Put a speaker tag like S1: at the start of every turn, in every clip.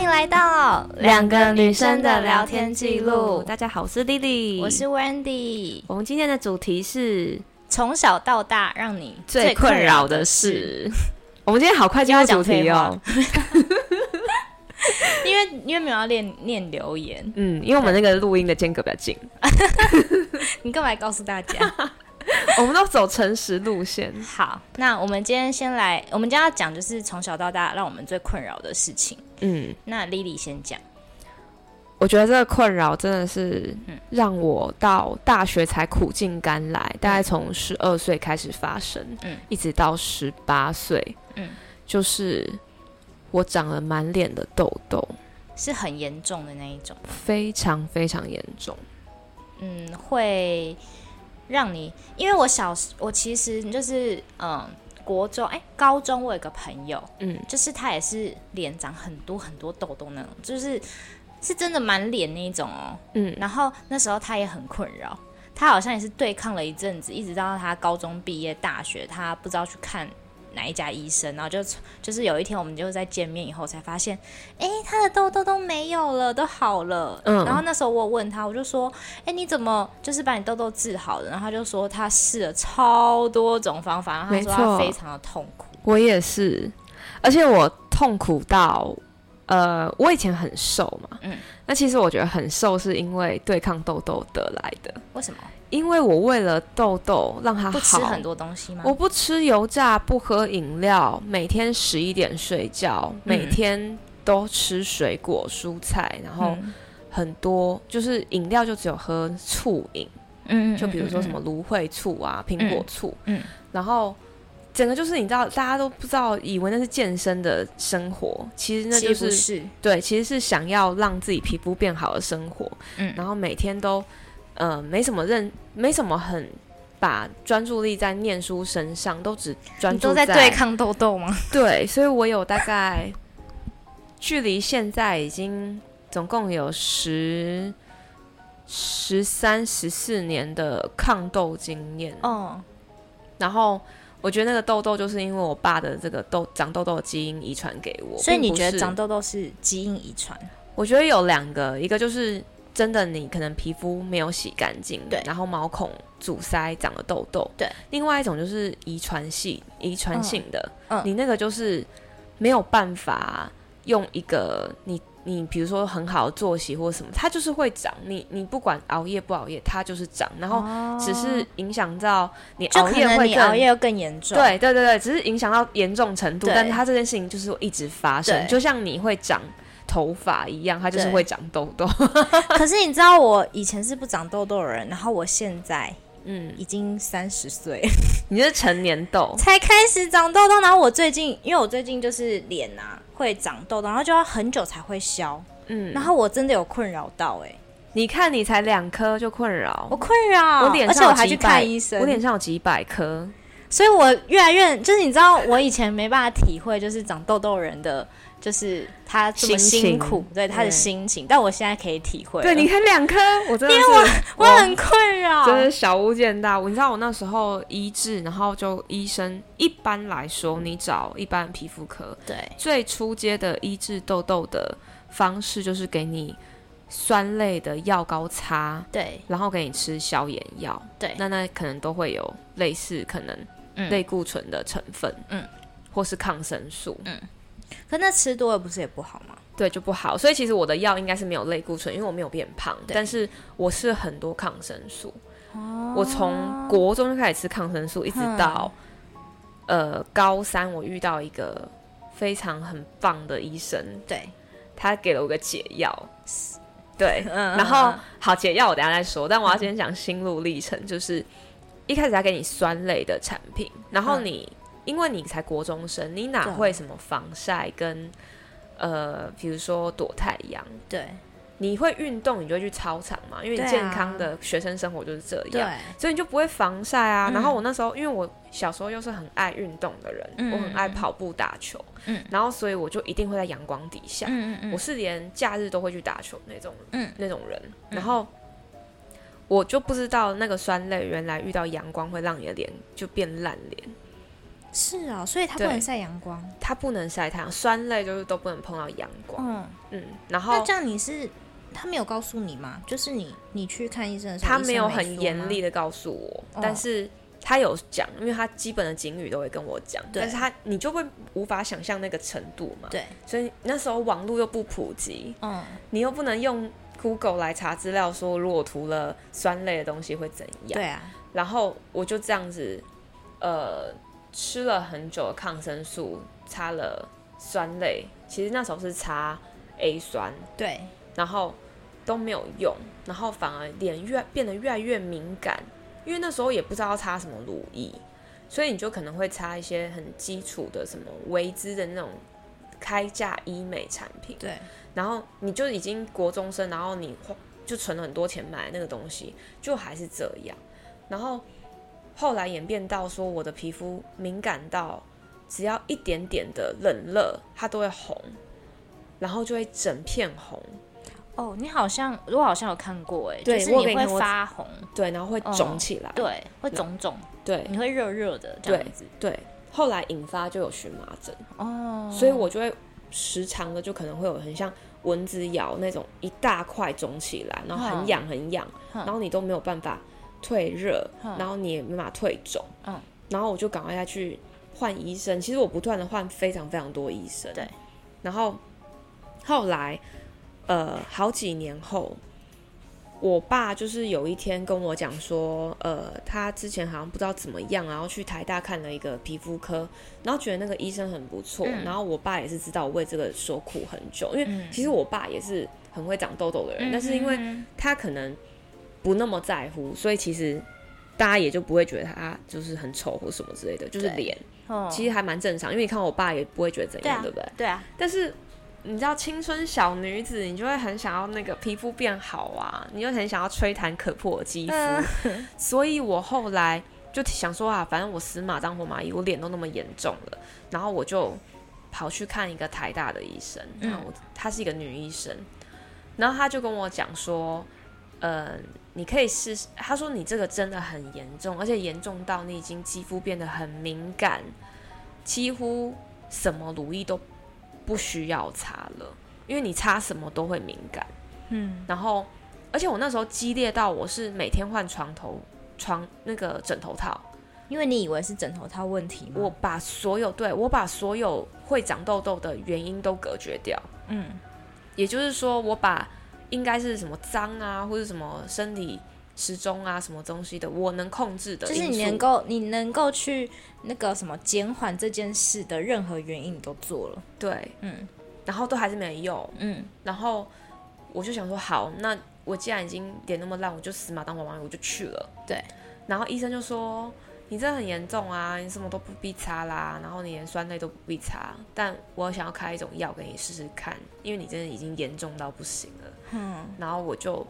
S1: 迎来到
S2: 两个女生的聊天记录。
S1: 大
S2: 大家好，我是丽丽，
S1: 我是 Wendy。
S2: 我们今天的主题是
S1: 从小到大，让你
S2: 最困扰的事。我们今天好快进入主题哦，
S1: 最困扰的事，因为因为没有要念念留言，
S2: 嗯，因为我们那个录音的间隔比较近，
S1: 你干嘛告诉大家？
S2: 我们都走诚实路线。
S1: 好，那我们今天先来，我们今天要讲就是从小到大让我们最困扰的事情。
S2: 嗯，
S1: 那 Lily 先讲，
S2: 我觉得这个困扰真的是让我到大学才苦尽甘来，大概从十二岁开始发生，
S1: 嗯
S2: 一直到十八岁，
S1: 嗯
S2: 就是我长了满脸的痘痘，
S1: 是很严重的那一种，
S2: 非常非常严重。
S1: 嗯，会让你，因为我小时我其实就是嗯，国中哎、高中我有个朋友，
S2: 嗯，
S1: 就是他也是脸长很多很多痘痘那种，就是是真的满脸那一种哦。
S2: 嗯
S1: 然后那时候他也很困扰，他好像也是对抗了一阵子，一直到他高中毕业、大学，他不知道去看哪一家医生，然后就就是有一天我们就在见面以后才发现，哎，他的痘痘都没有了，都好了。
S2: 嗯
S1: 然后那时候我有问他，我就说，哎，你怎么就是把你痘痘治好了？然后他就说他试了超多种方法，然后他说
S2: 没
S1: 他
S2: 错
S1: 非常的痛苦。
S2: 我也是，而且我痛苦到，呃，我以前很瘦嘛，
S1: 嗯
S2: 嗯，那其实我觉得很瘦是因为对抗痘痘得来的，
S1: 为什么？
S2: 因为我为了痘痘让它好，
S1: 不吃很多东西吗？
S2: 我不吃油炸，不喝饮料，每天十一点睡觉，
S1: 嗯
S2: 每天都吃水果、蔬菜，然后
S1: 嗯
S2: 很多就是饮料就只有喝醋饮，
S1: 嗯，
S2: 就比如说什么芦荟醋啊、苹果醋，
S1: 嗯嗯
S2: 然后整个就是你知道，大家都不知道，以为那是健身的生活，其实
S1: 嗯，
S2: 那
S1: 嗯
S2: 就
S1: 其实不
S2: 是
S1: 是
S2: 对，其实是想要让自己皮肤变好的生活，
S1: 嗯
S2: 然后每天都呃没什么认，没什么很。把专注力在念书身上，都只专
S1: 你
S2: 注
S1: 都在
S2: 在
S1: 对抗痘痘吗？
S2: 对，所以我有大概距离现在已经总共有十十三、十四年的抗痘经验。
S1: 哦，
S2: 然后我觉得那个痘痘就是因为我爸的这个痘长痘痘的基因遗传给我，
S1: 所以
S2: 并
S1: 你
S2: 不
S1: 觉得
S2: 是
S1: 长？痘痘是基因遗传？
S2: 我觉得有两个，一个就是。真的，你可能皮肤没有洗干净，
S1: 对
S2: 然后毛孔阻塞长了痘痘，
S1: 对。
S2: 另外一种就是遗传系、遗传性的，
S1: 嗯嗯
S2: 你那个就是没有办法用一个你你比如说很好的作息或什么，它就是会长。你你不管熬夜不熬夜，它就是长，然后
S1: 哦
S2: 只是影响到你
S1: 就
S2: 熬
S1: 可
S2: 夜
S1: 能
S2: 会
S1: 你
S2: 更
S1: 熬夜又更严重。
S2: 对对对对，只是影响到严重程度，
S1: 对
S2: 但是它这件事情就是一直发生，
S1: 对
S2: 就像你会长头发一样，它就是
S1: 对
S2: 会长痘痘。
S1: 可是你知道我以前是不长痘痘的人，然后我现在
S2: 嗯，
S1: 已经三十岁
S2: 你是成年痘，
S1: 才开始长痘痘，然后我最近因为我最近就是脸啊会长痘痘，然后就要很久才会消，
S2: 嗯
S1: 然，后我真的有困扰到哎、
S2: 你看你才两颗就困扰
S1: 我，困扰，
S2: 我脸
S1: 而且
S2: 上
S1: 我
S2: 有
S1: 还
S2: 几
S1: 去
S2: 百
S1: 看医生，
S2: 我脸上有几百颗，
S1: 所以我越来越就是你知道，我以前没办法体会，就是长痘痘人的，就是他这么
S2: 心情
S1: 辛苦，对他的
S2: 对
S1: 心情，但我现在可以体会了。
S2: 对，你看两颗，我真的是
S1: 我很困扰，
S2: 真的小巫见大巫。你知道我那时候医治，然后就医生一般来说，你找一般皮肤科
S1: 对，
S2: 最初阶的医治痘痘的方式，就是给你酸类的药膏擦，
S1: 对，
S2: 然后给你吃消炎药。
S1: 对
S2: 那那可能都会有类似可能
S1: 哎嗯
S2: 类固醇的成分，
S1: 嗯，
S2: 或是抗生素，
S1: 可那吃多了不是也不好吗？
S2: 对就不好。所以其实我的药应该是没有类固醇，因为我没有变胖，
S1: 对哦
S2: 但是我是很多抗生素。我从国中就开始吃抗生素，一直到、呃高三，我遇到一个非常很棒的医生，
S1: 对，
S2: 他给了我个解药，对，
S1: 嗯
S2: 然后好解药我等一下再说，但我要先讲心路历程，就是一开始他给你酸类的产品，然后
S1: 嗯
S2: 你、因为你才国中生，你哪
S1: 对
S2: 会什么防晒跟呃，比如说躲太阳，
S1: 对
S2: 你会运动，你就会去操场嘛，因为
S1: 对
S2: 你
S1: 啊
S2: 健康的学生生活就是这
S1: 对啊
S2: 样。所以你就不会防晒啊。
S1: 嗯
S2: 然后我那时候，因为我小时候又是很爱运动的人，
S1: 嗯
S2: 我很爱跑步、打球，
S1: 嗯
S2: 然后所以我就一定会在阳光底下，
S1: 嗯嗯
S2: 我
S1: 嗯，
S2: 是连假日都会去打球那种，
S1: 嗯
S2: 那种人。然后我就不知道那个酸类原来遇到阳光会让你的脸就变烂脸，
S1: 是啊、所以它不
S2: 对
S1: 能晒阳光。
S2: 它不能晒太阳，酸类就是都不能碰到阳光。
S1: 嗯，
S2: 嗯，
S1: 那
S2: 然后
S1: 这样你是他没有告诉你吗？就是你你去看医生的时候，
S2: 他
S1: 医生
S2: 没
S1: 没
S2: 有很严厉
S1: 的，
S2: 的告诉我，
S1: 哦
S2: 但是他有讲，因为他基本的警语都会跟我讲，
S1: 对
S2: 但是他你就会无法想象那个程度嘛。
S1: 对，
S2: 所以那时候网络又不普及，
S1: 嗯，
S2: 你又不能用 Google 来查资料，说如果涂了酸类的东西会怎样
S1: 对。啊，
S2: 然后我就这样子，呃，吃了很久的抗生素，擦了酸类，其实那时候是擦 A 酸，
S1: 对，
S2: 然后都没有用，然后反而脸越变得越来越敏感，因为那时候也不知道擦什么乳液，所以你就可能会擦一些很基础的什么维姿的那种开价医美产品，
S1: 对，
S2: 然后你就已经国中生，然后你花就存了很多钱买那个东西，就还是这样。然后后来演变到说，我的皮肤敏感到只要一点点的冷热，它都会红，然后就会整片红，
S1: 哦，你好像我好像有看过哎，
S2: 对
S1: 就是
S2: 我有
S1: 你
S2: 看过
S1: 会发红，
S2: 对，然后会肿起来，
S1: 对，会肿肿，
S2: 对
S1: 你会热热的这 样子，
S2: 对。后来引发就有荨麻疹，
S1: 哦，
S2: 所以我就会时常的就可能会有很像蚊子咬那种一大块肿起来，然后很痒很痒，
S1: 嗯
S2: 然后你都没有办法退热，
S1: 嗯
S2: 然后你也没办法退肿，
S1: 嗯
S2: 然后我就赶快再去换医生。其实我不断的换非常非常多医生，
S1: 对，
S2: 然后后来呃好几年后。我爸就是有一天跟我讲说，呃，他之前好像不知道怎么样，然后去台大看了一个皮肤科，然后觉得那个医生很不错，
S1: 嗯
S2: 然后我爸也是知道我为这个所苦很久，因为
S1: 嗯
S2: 其实我爸也是很会长痘痘的人，
S1: 嗯
S2: 但是因为
S1: 嗯
S2: 他可能不那么在乎，所以其实大家也就不会觉得他就是很丑或什么之类的，就是
S1: 对
S2: 脸
S1: 哦，
S2: 其实还蛮正常，因为你看我爸也不会觉得怎
S1: 对
S2: 样，
S1: 啊
S2: 对不对？
S1: 对啊，
S2: 但是你知道青春小女子，你就会很想要那个皮肤变好啊，你就很想要吹弹可破的肌肤，
S1: 嗯
S2: 所以我后来就想说啊，反正我死马当活马医，我脸都那么严重了，然后我就跑去看一个台大的医生，
S1: 嗯
S2: 然后我她是一个女医生，然后她就跟我讲说，呃，你可以试试，她说你这个真的很严重，而且严重到你已经肌肤变得很敏感，几乎什么乳液都不需要擦了，因为你擦什么都会敏感。
S1: 嗯，
S2: 然后，而且我那时候激烈到我是每天换床头床那个枕头套，
S1: 因为你以为是枕头套问题吗？
S2: 我把所有对我把所有会长痘痘的原因都隔绝掉，
S1: 嗯
S2: 也就是说，我把应该是什么脏啊，或者什么生理时钟啊，什么东西的，我能控制的
S1: 就
S2: 因素，
S1: 是你能够，你能够去那个什么减缓这件事的任何原因，你都做了。
S2: 对，
S1: 嗯
S2: 然后都还是没用，
S1: 嗯，
S2: 然后我就想说，好，那我既然已经脸那么烂，我就死马当活马医，我就去了。
S1: 对。
S2: 然后医生就说：“你这很严重啊，你什么都不必擦啦，然后你连酸类都不必擦。但我想要开一种药给你试试看，因为你真的已经严重到不行了。”嗯。然后我就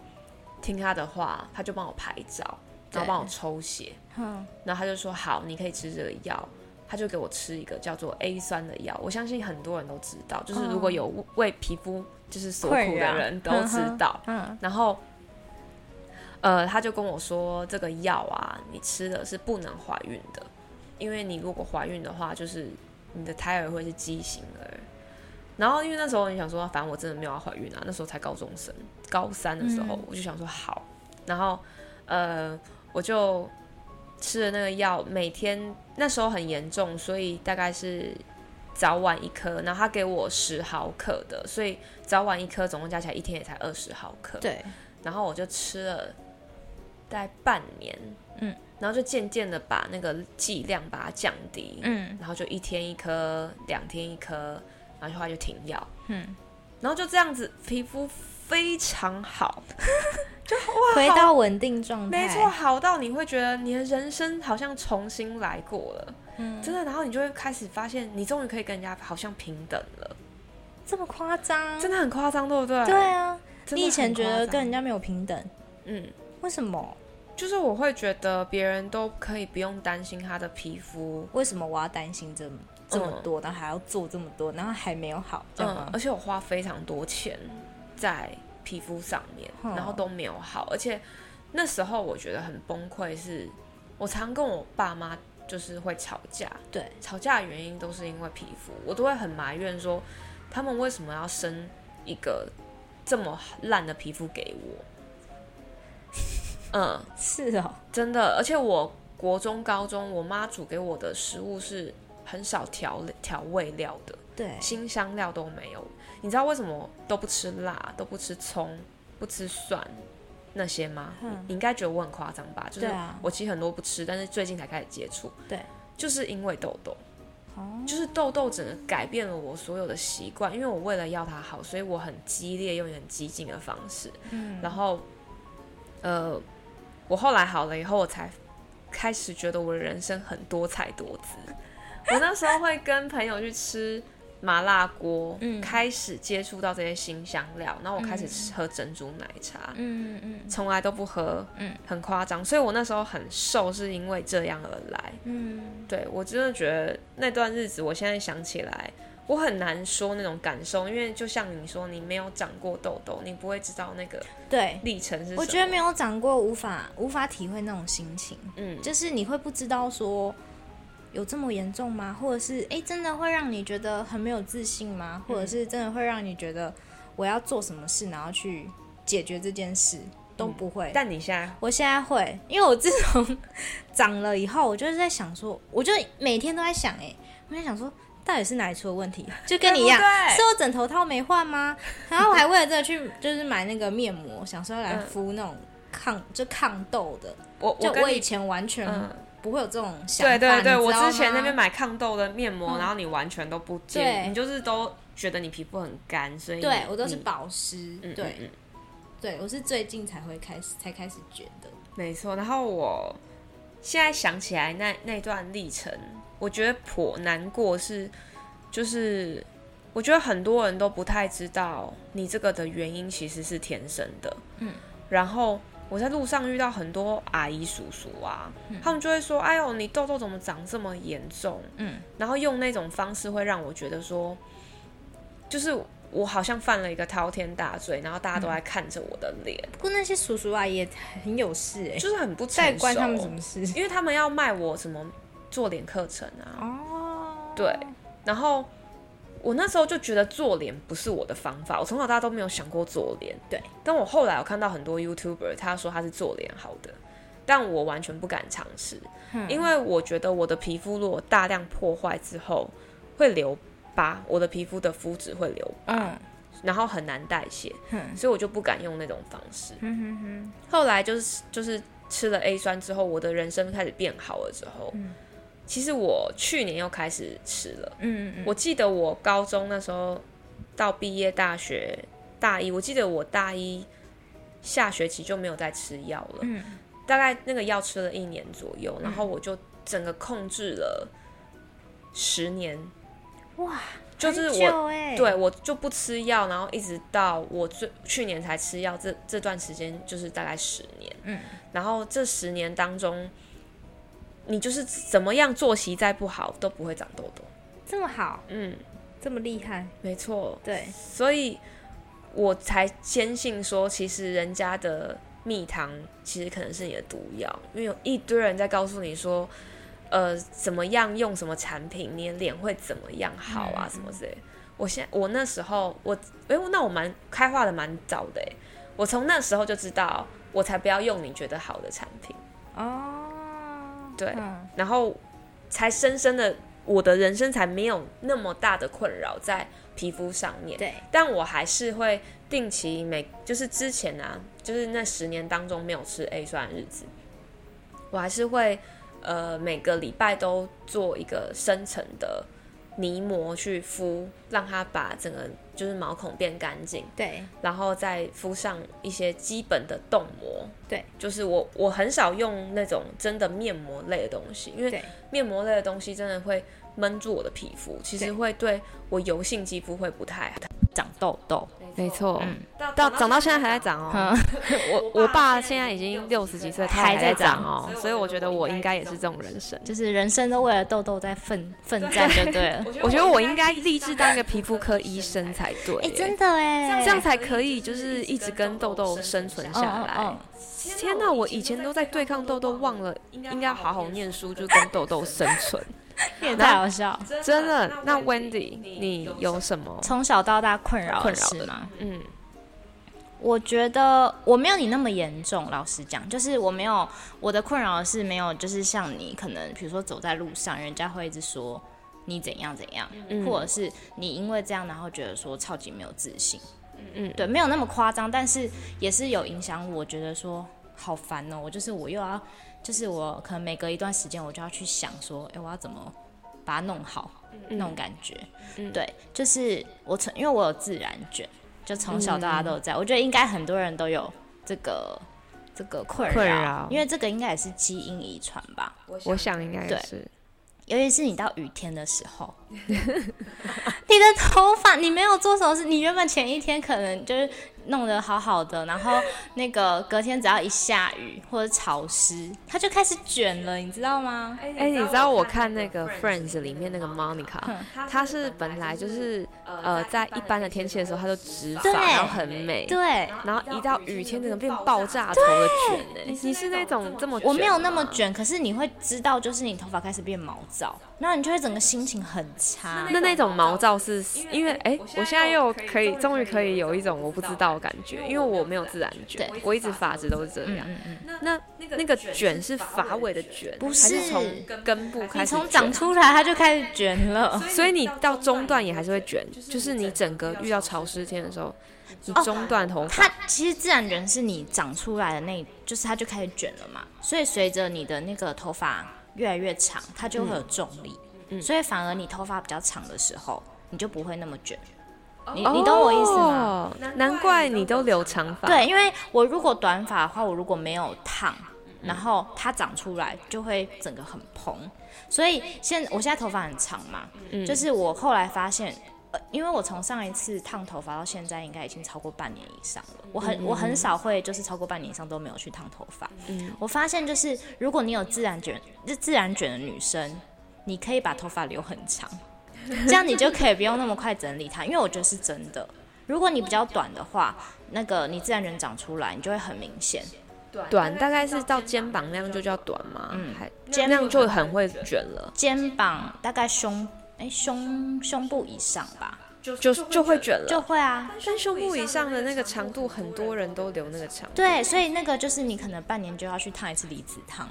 S2: 听他的话，他就帮我拍照，然后
S1: 对
S2: 帮我抽血。
S1: 哼，
S2: 然后他就说好，你可以吃这个药。他就给我吃一个叫做 A 酸的药，我相信很多人都知道，就是如果有为皮肤就是所苦
S1: 嗯困
S2: 的啊
S1: 扰
S2: 人都知道。
S1: 嗯
S2: 然后，呃，他就跟我说，这个药啊，你吃了是不能怀孕的，因为你如果怀孕的话，就是你的胎儿会是畸形儿。然后因为那时候你想说，反正我真的没有要怀孕啊，那时候才高中生，高三的时候、
S1: 嗯
S2: 我就想说好，然后呃，我就吃了那个药，每天那时候很严重，所以大概是早晚一颗，然后他给我十毫克的，所以早晚一颗总共加起来一天也才二十毫克，
S1: 对，
S2: 然后我就吃了大概半年，
S1: 嗯，
S2: 然后就渐渐的把那个剂量把它降低，
S1: 嗯
S2: 然后就一天一颗，两天一颗，然后后来就停药，
S1: 嗯，
S2: 然后就这样子，皮肤非常好，
S1: 回到稳定状态。
S2: 没错，，好到你会觉得你的人生好像重新来过了，
S1: 嗯，
S2: 真的，然后你就会开始发现，你终于可以跟人家好像平等了，
S1: 这么夸张？
S2: 真的很夸张，对不对？
S1: 嗯对啊，
S2: 真的很夸张，
S1: 你以前觉得跟人家没有平等，
S2: 嗯。
S1: 为什么？
S2: 就是我会觉得别人都可以不用担心他的皮肤，
S1: 为什么我要担心这么这么多，然后还要做这么多，然后还没有好，这样
S2: 嗯
S1: 吗，
S2: 而？且我花非常多钱在皮肤上面，
S1: 哦
S2: 然后都没有好，而且那时候我觉得很崩溃是，我常跟我爸妈就是会吵架，
S1: 对，
S2: 吵架的原因都是因为皮肤，我都会很埋怨说，他们为什么要生一个这么烂的皮肤给 我？嗯，
S1: 是哦，
S2: 真的，而且我国中、高中，我妈煮给我的食物是很少调调味料的，
S1: 对，
S2: 新香料都没有。你知道为什么都不吃辣、都不吃葱、不吃蒜那些吗？
S1: 嗯
S2: 你应该觉得我很夸张吧？就是
S1: 对啊
S2: 我其实很多不吃，但是最近才开始接触，
S1: 对，
S2: 就是因为痘痘。
S1: 哦，
S2: 就是痘痘整个改变了我所有的习惯，因为我为了要它好，所以我很激烈又很激进的方式。
S1: 嗯，
S2: 然后，呃，我后来好了以后，我才开始觉得我的人生很多彩多 姿。我那时候会跟朋友去吃麻辣锅，
S1: 嗯
S2: 开始接触到这些新香料，然后我开始吃喝珍珠奶茶，
S1: 嗯嗯
S2: 从来都不喝，
S1: 嗯，
S2: 很夸张。所以我那时候很瘦，是因为这样而来。
S1: 嗯，
S2: 对我真的觉得那段日子，我现在想起来，我很难说那种感受，因为就像你说，你没有长过痘痘，你不会知道那个
S1: 对，
S2: 历程是什么。
S1: 我
S2: 啊
S1: 觉得没有长过，无法无法体会那种心情，
S2: 嗯，
S1: 就是你会不知道说有这么严重吗？或者是哎，诶真的会让你觉得很没有自信吗？或者是
S2: 嗯
S1: 真的会让你觉得我要做什么事，然后去解决这件事
S2: 嗯
S1: 都不会。
S2: 但你现在
S1: 我现在会，因为我自从长了以后，我就是在想说，我就每天都在想、欸，我在想说，到底是哪里出了问题？就跟你一样
S2: 对，不对
S1: 是我枕头套没换吗？然后我还为了这个去，就是买那个面膜，想说要来
S2: 嗯
S1: 敷那种抗，就抗痘的。
S2: 我
S1: 就
S2: 我跟
S1: 我以
S2: 你
S1: 前完全
S2: 嗯，
S1: 不会有这种想法，
S2: 对对对，
S1: 你知
S2: 我
S1: 道吗嗯
S2: 之前那边买抗痘的面膜，然后你完全都不接，
S1: 对
S2: 你就是都觉得你皮肤很干，所以
S1: 对
S2: 你
S1: 我都是
S2: 你
S1: 保湿，
S2: 嗯
S1: 对、
S2: 嗯嗯
S1: 对，我是最近才会开始才开始觉得，
S2: 没错。然后我现在想起来那那段历程，我觉得颇难过是，就是我觉得很多人都不太知道你这个的原因其实是天生的。
S1: 嗯，
S2: 然后我在路上遇到很多阿姨叔叔啊，他们就会说：“哎呦，你痘痘怎么长这么严重？”
S1: 嗯，
S2: 然后用那种方式会让我觉得说，就是。我好像犯了一个滔天大罪，然后大家都在看着我的脸，
S1: 不过那些叔叔阿姨也很有事哎、欸，
S2: 就是很不成
S1: 再
S2: 熟。
S1: 关他们什么事？
S2: 因为他们要卖我什么做脸课程啊，
S1: 哦，
S2: 对，然后我那时候就觉得做脸不是我的方法，我从小到大都没有想过做脸。
S1: 对，
S2: 但我后来有看到很多 YouTuber 他说他是做脸好的，但我完全不敢尝试，
S1: 嗯
S2: 因为我觉得我的皮肤如果大量破坏之后会留疤，我的皮肤的肤质会留疤，
S1: 嗯
S2: 然后很难代谢，
S1: 哼
S2: 所以我就不敢用那种方式。
S1: 哼嗯哼哼，
S2: 后来就是就是吃了 A 酸之后，我的人生开始变好了之后，其实我去年又开始吃了。
S1: 嗯嗯
S2: 我记得我高中那时候到毕业大学大一，我记得我大一下学期就没有再吃药了，
S1: 嗯
S2: 大概那个药吃了一年左右，然后我就整个控制了十年，
S1: 嗯，哇，
S2: 就是
S1: 很
S2: 我
S1: 久欸、
S2: 对我就不吃药，然后一直到我最去年才吃药，这这段时间就是大概十年。
S1: 嗯，
S2: 然后这十年当中，你就是怎么样作息再不好都不会长痘痘。
S1: 这么好，
S2: 嗯，
S1: 这么厉害，
S2: 没错，
S1: 对，
S2: 所以我才坚信说，其实人家的蜜糖其实可能是你的毒药，因为有一堆人在告诉你说，呃，怎么样用什么产品，你的脸会怎么样好啊，什么之类的。我现我那时候我，哎、那我蛮开化的蛮早的哎，我从那时候就知道，我才不要用你觉得好的产品，
S1: 哦，
S2: 对
S1: 嗯
S2: 然后才深深的我的人生才没有那么大的困扰在皮肤上面。
S1: 对，
S2: 但我还是会定期每就是之前啊，就是那十年当中没有吃 A 酸的日子，我还是会呃每个礼拜都做一个深层的泥膜去敷，让它把整个就是毛孔变干净，
S1: 对，
S2: 然后再敷上一些基本的冻膜。
S1: 对，
S2: 就是我我很少用那种真的面膜类的东西，因为
S1: 对，
S2: 面膜类的东西真的会闷住我的皮肤，其实
S1: 对
S2: 会对我油性肌肤会不太好。
S1: 长痘痘，
S2: 没没错，
S3: 嗯
S2: 到长到现在还在涨哦。
S3: 嗯，
S2: 我我爸现在已经六十几岁，他
S3: 还在
S2: 在
S3: 长
S2: 涨哦，所以我觉得我应该也是这种人生。
S3: 就是人生都为了痘痘在奋奋 战就对了。
S2: 我觉得我应该立志当一个皮肤科医生才对
S3: 哎、
S2: 欸，
S3: 真的哎，
S2: 这样才可以，就是一直跟痘痘生存
S3: 哦
S2: 下
S3: 哦
S2: 来
S3: 哦。，
S2: 天哪，我以前都在对抗痘痘，忘了应该好好念书，就跟痘痘生存。
S3: 也太好笑了。
S2: 真的，那 Wendy，你有什么？
S3: 从小到大困扰
S2: 困
S3: 的
S2: 扰
S3: 事
S2: 的
S3: 吗？
S2: 嗯，
S3: 我觉得我没有你那么严重，老实讲，就是我没有我的困扰是没有，就是像你可能比如说走在路上，人家会一直说你怎样怎样，
S2: 嗯
S3: 或者是你因为这样然后觉得说超级没有自信，
S2: 嗯
S3: 对，没有那么夸张，但是也是有影响我，觉得说好烦哦，我就是我又要，就是我可能每隔一段时间我就要去想说，哎，我要怎么把它弄好，那种感觉。
S2: 嗯
S3: 对，就是我从因为我有自然卷，就从小到大
S2: 嗯
S3: 都有在，我觉得应该很多人都有这个这个困
S2: 困扰
S3: 因为这个应该也是基因遗传吧，
S2: 我想应该也
S3: 对
S2: 是。
S3: 尤其是你到雨天的时候， 你的头发你没有做什么事，你原本前一天可能就是弄得好好的，然后那个隔天只要一下雨或者潮湿，它就开始卷了，你知道吗？
S4: 哎、
S2: 哎，你
S4: 你
S2: 知
S4: 知
S2: 道
S4: 道
S2: 我
S4: 我
S2: 看
S4: 看
S2: 那
S4: 那
S2: 个
S4: 个
S2: 《
S4: 《
S2: Friends
S4: Friends》》
S2: 里
S4: 里
S2: 面
S4: 面
S2: 那
S4: 那
S2: 个
S4: 个
S2: Monica，
S3: 嗯
S4: 她
S2: 她
S4: 是
S2: 是
S4: 本
S2: 本
S4: 来
S2: 来
S4: 就
S2: 就是是
S4: 呃
S2: 呃，在
S4: 在
S2: 一
S4: 一
S2: 般
S4: 般
S2: 的
S4: 的天
S2: 天气
S4: 气的
S2: 的时
S4: 时候，
S2: 候，
S4: 她
S2: 她都
S4: 都
S2: 直
S3: 对
S2: 发，然后很美。
S3: 对，
S2: 然后一到雨天，整个变爆炸头的卷哎、你是那种这么
S3: 我没有那么
S2: 吗，
S3: 卷，可是你会知道，就是你头发开始变毛躁，然后你就会整个心情很差。
S2: 那那种毛躁是因为哎、我现在又可以终于可以有一种我不知道的感觉，因为我没有自然卷，我一直发质都是这
S3: 嗯
S2: 样。
S3: 嗯嗯，
S2: 那那个卷是发尾的卷，
S3: 不
S2: 还是
S3: 是
S2: 从根部开始
S3: 你从
S2: 卷
S3: 长出来它就开始卷了。
S2: 所以你到中段也还是会卷，就是你整个遇到潮湿天的时候，哦你中段头发，
S3: 它其实自然卷是你长出来的那，就是它就开始卷了嘛。所以随着你的那个头发越来越长，它就会有重力，所以反而你头发比较长的时候，你就不会那么卷。你你懂我意思吗？
S2: 哦？难怪你都留长发。，
S3: 对，因为我如果短发的话，我如果没有烫，然后它长出来就会整个很蓬。所以现我现在头发很长嘛，就是我后来发现。呃，因为我从上一次烫头发到现在，应该已经超过半年以上了。我很、我很少会就是超过半年以上都没有去烫头发。我发现就是如果你有自然卷，就自然卷的女生，你可以把头发留很长，这样你就可以不用那么快整理它。因为我觉得是真的，如果你比较短的话，那个你自然卷长出来，你就会很明显。
S2: 短大概是到肩膀那样就叫短嘛，
S3: 嗯
S2: 还
S3: 肩
S2: 那样就很会卷了，
S3: 肩膀大概胸，哎、胸胸部以上吧，
S2: 就就会卷了。
S3: 就会啊。
S2: 但胸部以上的那个长度，很多人都留那个长。
S3: 对，所以那个就是你可能半年就要去烫一次离子烫。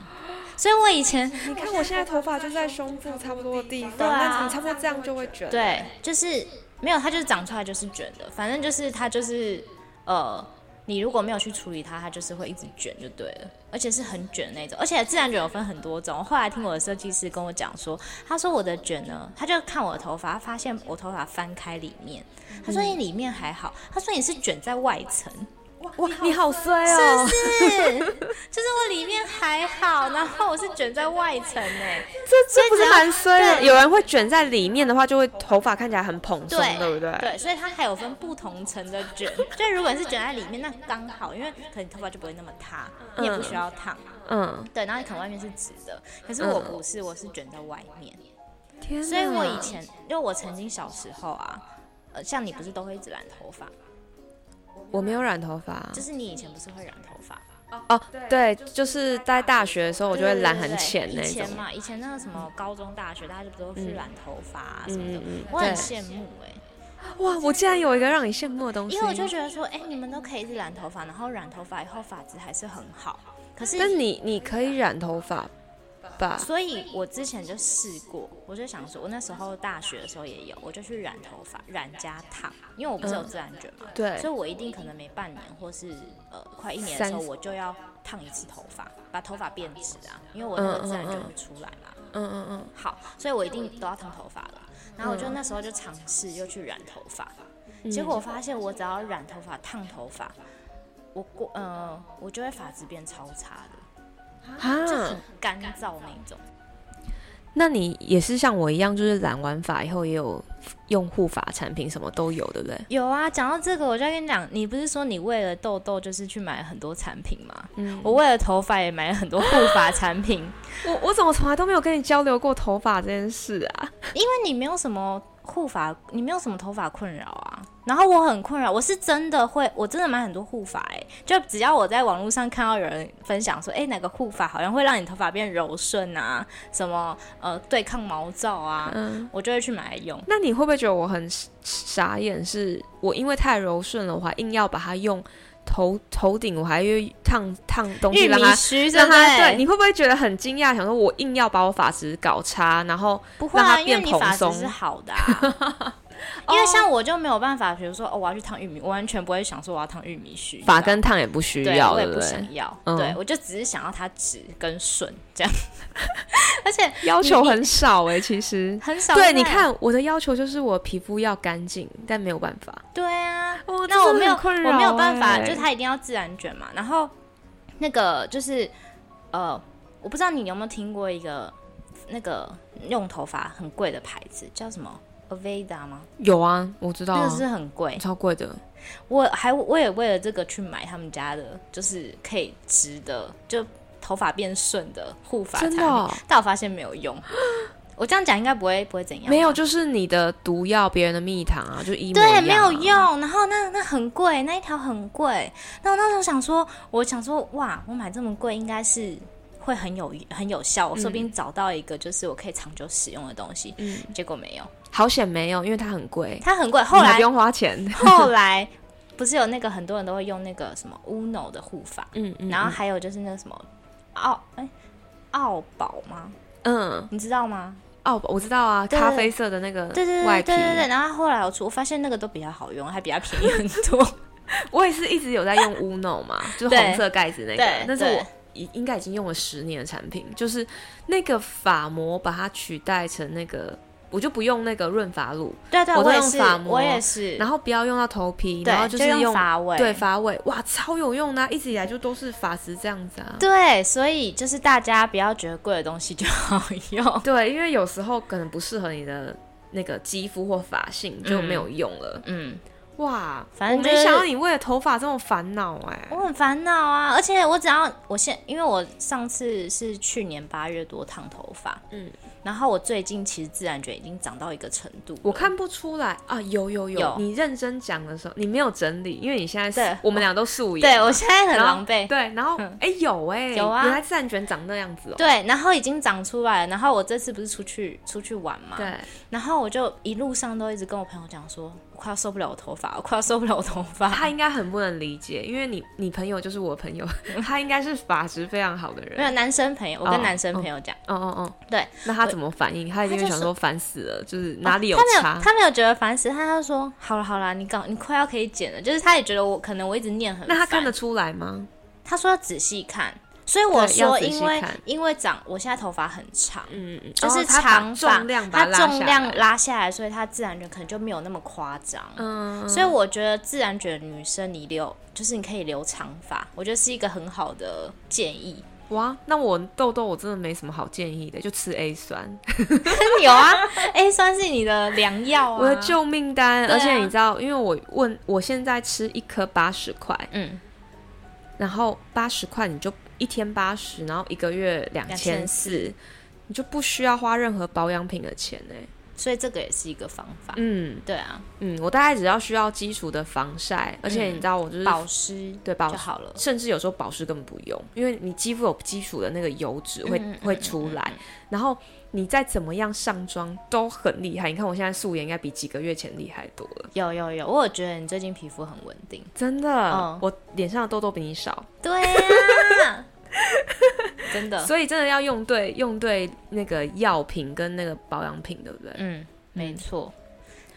S3: 所以我以前
S2: 你看我现在头发就在胸部差不多的地方，
S3: 对啊
S2: 那你差不多这样就会卷。，
S3: 对，就是没有，它就是长出来就是卷的，反正就是它就是呃，你如果没有去处理它，它就是会一直卷就对了，而且是很卷的那种。而且自然卷有分很多种。我后来听我的设计师跟我讲说，他说我的卷呢，他就看我的头发，他发现我头发翻开里面，他说你里面还好，他说你是卷在外层，
S2: 哇，你好衰哦！
S3: 是，就是我里面还好，然后我是卷在外层哎、
S2: 这这不是蛮衰的？
S3: 对
S2: 有人会卷在里面的话，就会头发看起来很蓬松，
S3: 对，
S2: 对不对？
S3: 所以它还有分不同层的卷， 就如果你是卷在里面，那刚好，因为可能头发就不会那么塌，你也不需要烫。
S2: 嗯，
S3: 对，然后你可能外面是直的，可是我不是，我是卷在外面。
S2: 嗯天哪
S3: 所以我以前，因为我曾经小时候啊，呃，像你不是都会一直染头发，
S2: 嗯我没有染头发
S3: 就是你以前不是会染头发，
S2: 哦，对，就是在大学的时候，我就会染很浅
S3: 对
S2: 那
S3: 对对以
S2: 种
S3: 前。嘛，以前那个什么高中、大学，大家就不都会去染头发啊什么的，
S2: 嗯嗯，
S3: 我很
S2: 对。
S3: 羡慕哎、
S2: 哇，我竟然有一个让你羡慕的东西。
S3: 因为我就觉得说，哎、你们都可以一直染头发，然后染头发以后发质还是很好，可是
S2: 但你你可以染头发吧？
S3: 所以我之前就试过，我就想说，我那时候大学的时候也有，我就去染头发，染加烫，因为我不是有自然卷嘛，
S2: 嗯对
S3: 所以我一定可能每半年或是呃快一年的时候，
S2: 三
S3: 我就要烫一次头发，把头发变直啊，因为我那个自然卷会出来嘛。
S2: 嗯嗯嗯，
S3: 好，所以我一定都要烫头发了。然后我就那时候就尝试又去染头发，
S2: 嗯
S3: 结果我发现我只要染头发、烫头发，我过呃我就会发质变超差的，就
S2: 哈
S3: 很，干燥那种。
S2: 那你也是像我一样，就是染完发以后也有用护发产品，什么都有，对不对？
S1: 有啊，讲到这个，我就要跟你讲，你不是说你为了痘痘就是去买了很多产品吗？
S2: 嗯，
S1: 我为了头发也买了很多护发产 品，因
S2: 我我怎么从来都没有跟你交流过头发这件事啊？
S1: 为你没有什么护发，你没有什么头发困扰啊。然后我很困扰，我是真的会，我真的买很多护发、欸，就只要我在网络上看到有人分享说，哎、哪个护发好像会让你头发变柔顺啊，什么呃对抗毛躁啊，
S2: 嗯，
S1: 我就会去买来用。
S2: 那你会不会觉得我很傻傻眼？是我因为太柔顺了，我还硬要把它用头头顶，我还去烫烫东西
S1: 玉
S2: 让
S1: 米
S2: 它。
S1: 须欸对
S2: 让
S1: 不对？
S2: 它对，你会不会觉得很惊讶？想说，我硬要把我发质搞差，然后
S1: 不会
S2: 让
S1: 啊，
S2: 它
S1: 因为
S2: 变
S1: 你发质
S2: 蓬
S1: 是
S2: 松
S1: 好的、啊。因
S2: 哦
S1: 为像我就没有办法，比如说哦，我要去烫玉米，我完全不会想说我要烫玉米须，
S2: 发
S1: 你知道吗
S2: 根烫也不需
S1: 对，
S2: 要，
S1: 我
S2: 对
S1: 也不
S2: 对？
S1: 想要，
S2: 嗯
S1: 对我就只是想要它直跟顺这样，而且
S2: 要求很少哎、其实。
S1: 很少
S2: 对，
S1: 会
S2: 你看我的要求就是我皮肤要干净，但没有办法。
S1: 对啊，
S2: 哦
S1: 那我没有，
S2: 困欸
S1: 我没有办法，就是它一定要自然卷嘛。然后那个就是呃，我不知道你有没有听过一个那个用头发很贵的牌子，叫什么 Aveda 吗？
S2: 有啊，我知道、
S1: 那
S2: 啊
S1: 个，是很贵，
S2: 超贵的。
S1: 我还我也为了这个去买他们家的，就是可以直的，就头发变顺的护发产
S2: 真
S1: 品，
S2: 的哦
S1: 但我发现没有用。 我这样讲应该不会不会怎样吧，
S2: 没有，就是你的毒药，别人的蜜糖啊，就一模一样
S1: 对，
S2: 啊
S1: 没有。用。然后那那很贵，那一条很贵。那我那时候想说，我想说，哇，我买这么贵，应该是会很有很有效，我说不定找到一个就是我可以长久使用的东西。
S2: 嗯，
S1: 结果没有，
S2: 好险没有，因为它很贵，
S1: 它很贵。后
S2: 你还
S1: 来
S2: 不用花钱。
S1: 后来不是有那个很多人都会用那个什么 Uno 的护发，
S2: 嗯嗯，
S1: 然后还有就是那个什么奥哎奥宝吗？
S2: 嗯，
S1: 你知道吗？
S2: 哦，我知道啊，
S1: 对对
S2: 咖啡色的那个
S1: 对对
S2: 外
S1: 对对
S2: 皮，
S1: 对对。然后后来我出，我发现那个都比较好用，还比较便宜很多。
S2: 我也是一直有在用 Uno 嘛，就是红色盖子那
S1: 对
S2: 个，但是
S1: 对
S2: 我已应该已经用了十年的产品，就是那个发膜把它取代成那个，我就不用那个润发露，
S1: 对对，
S2: 我
S1: 我
S2: 都
S1: 也
S2: 用
S1: 是
S2: 发，膜
S1: 我也是。
S2: 然后不要用到头皮，
S1: 对
S2: 然后是
S1: 就用
S2: 用
S1: 发尾
S2: 对发尾，哇，超有用的啊、一直以来就都是发质这样子啊。
S1: 对，所以就是大家不要觉得贵的东西就好用。
S2: 对，因为有时候可能不适合你的那个肌肤或发性，就没有用了。
S1: 嗯，
S2: 哇，
S1: 反正
S2: 我
S1: 就
S2: 没
S1: 是
S2: 想到你为了头发这么烦恼哎、
S1: 我很烦恼啊，而且我只要我现，因为我上次是去年八月多烫头发，嗯
S2: 嗯，
S1: 然后我最近其实自然卷已经长到一个程度了，
S2: 我看不出来啊，有有有，
S1: 有
S2: 你认真讲的时候，你没有整理，因为你现在
S1: 对
S2: 是我们俩都素颜，
S1: 对我现在很
S2: 然后
S1: 狼狈，
S2: 对，然后哎、
S1: 嗯
S2: 有哎、
S1: 有啊
S2: 原来自然卷长那样子哦、
S1: 对，然后已经长出来了。然后我这次不是出去出去玩嘛，
S2: 对，
S1: 然后我就一路上都一直跟我朋友讲说，我快要受不了我头发，我快要受不了我头 发。
S2: 他应该很不能理解，因为你你朋友就是我朋友，
S1: 嗯
S2: 他应该是发质非常好的
S1: 没
S2: 人。
S1: 有男生朋友，我跟
S2: 哦
S1: 男生朋友讲，
S2: 哦哦哦，
S1: 嗯对，
S2: 那他怎么反应？他一定
S1: 他
S2: 会
S1: 就
S2: 想
S1: 是哦
S2: 说烦死了，就是哪里有
S1: 他没
S2: 差
S1: 有，？他没有觉得烦死，他就说好了好了，你搞你快要可以剪了，就是他也觉得我可能我一直念很
S2: 那他
S1: 烦
S2: 看得出来吗？
S1: 他说要仔细看，所以我
S2: 对要
S1: 说
S2: 仔细
S1: 因为
S2: 看
S1: 因为长我现在头发很长，
S2: 嗯，嗯
S1: 就是
S2: 哦他把
S1: 长发，
S2: 重量
S1: 它
S2: 把它拉
S1: 重
S2: 下
S1: 量
S2: 来
S1: 拉下来，所以它自然卷可能就没有那么夸张，
S2: 嗯，
S1: 所以我觉得自然卷的女生你留，就是你可以留长发，我觉得是一个很好的建议。
S2: 哇，那我痘痘我真的没什么好建议的，就吃 A 酸，
S1: 有啊，A 酸是你的良药啊。
S2: 我的救命丹。
S1: 对啊
S2: 而且你知道，因为我问我现在吃一颗八十块，
S1: 嗯，
S2: 然后八十块你就一天八十，然后一个月两千四
S1: 2400，
S2: 你就不需要花任何保养品的钱哎、
S1: 所以这个也是一个方法。
S2: 嗯
S1: 对啊，
S2: 嗯，我大概只要需要基础的防晒，而且你知道我就是
S1: 嗯保湿
S2: 对保
S1: 就
S2: 湿
S1: 好了。
S2: 甚至有时候保湿根本不用，因为你肌肤有基础的那个油脂会、
S1: 嗯嗯嗯
S2: 会出来，然后你再怎么样上妆都很厉害。你看我现在素颜应该比几个月前厉害多了，
S1: 有有有，我有觉得你最近皮肤很稳定。
S2: 真的，
S1: 嗯
S2: 我脸上的痘痘比你少，
S1: 对啊，真 的。
S2: 所以真的要用对用对那个药品跟那个保养品，对不对？
S1: 嗯，没错，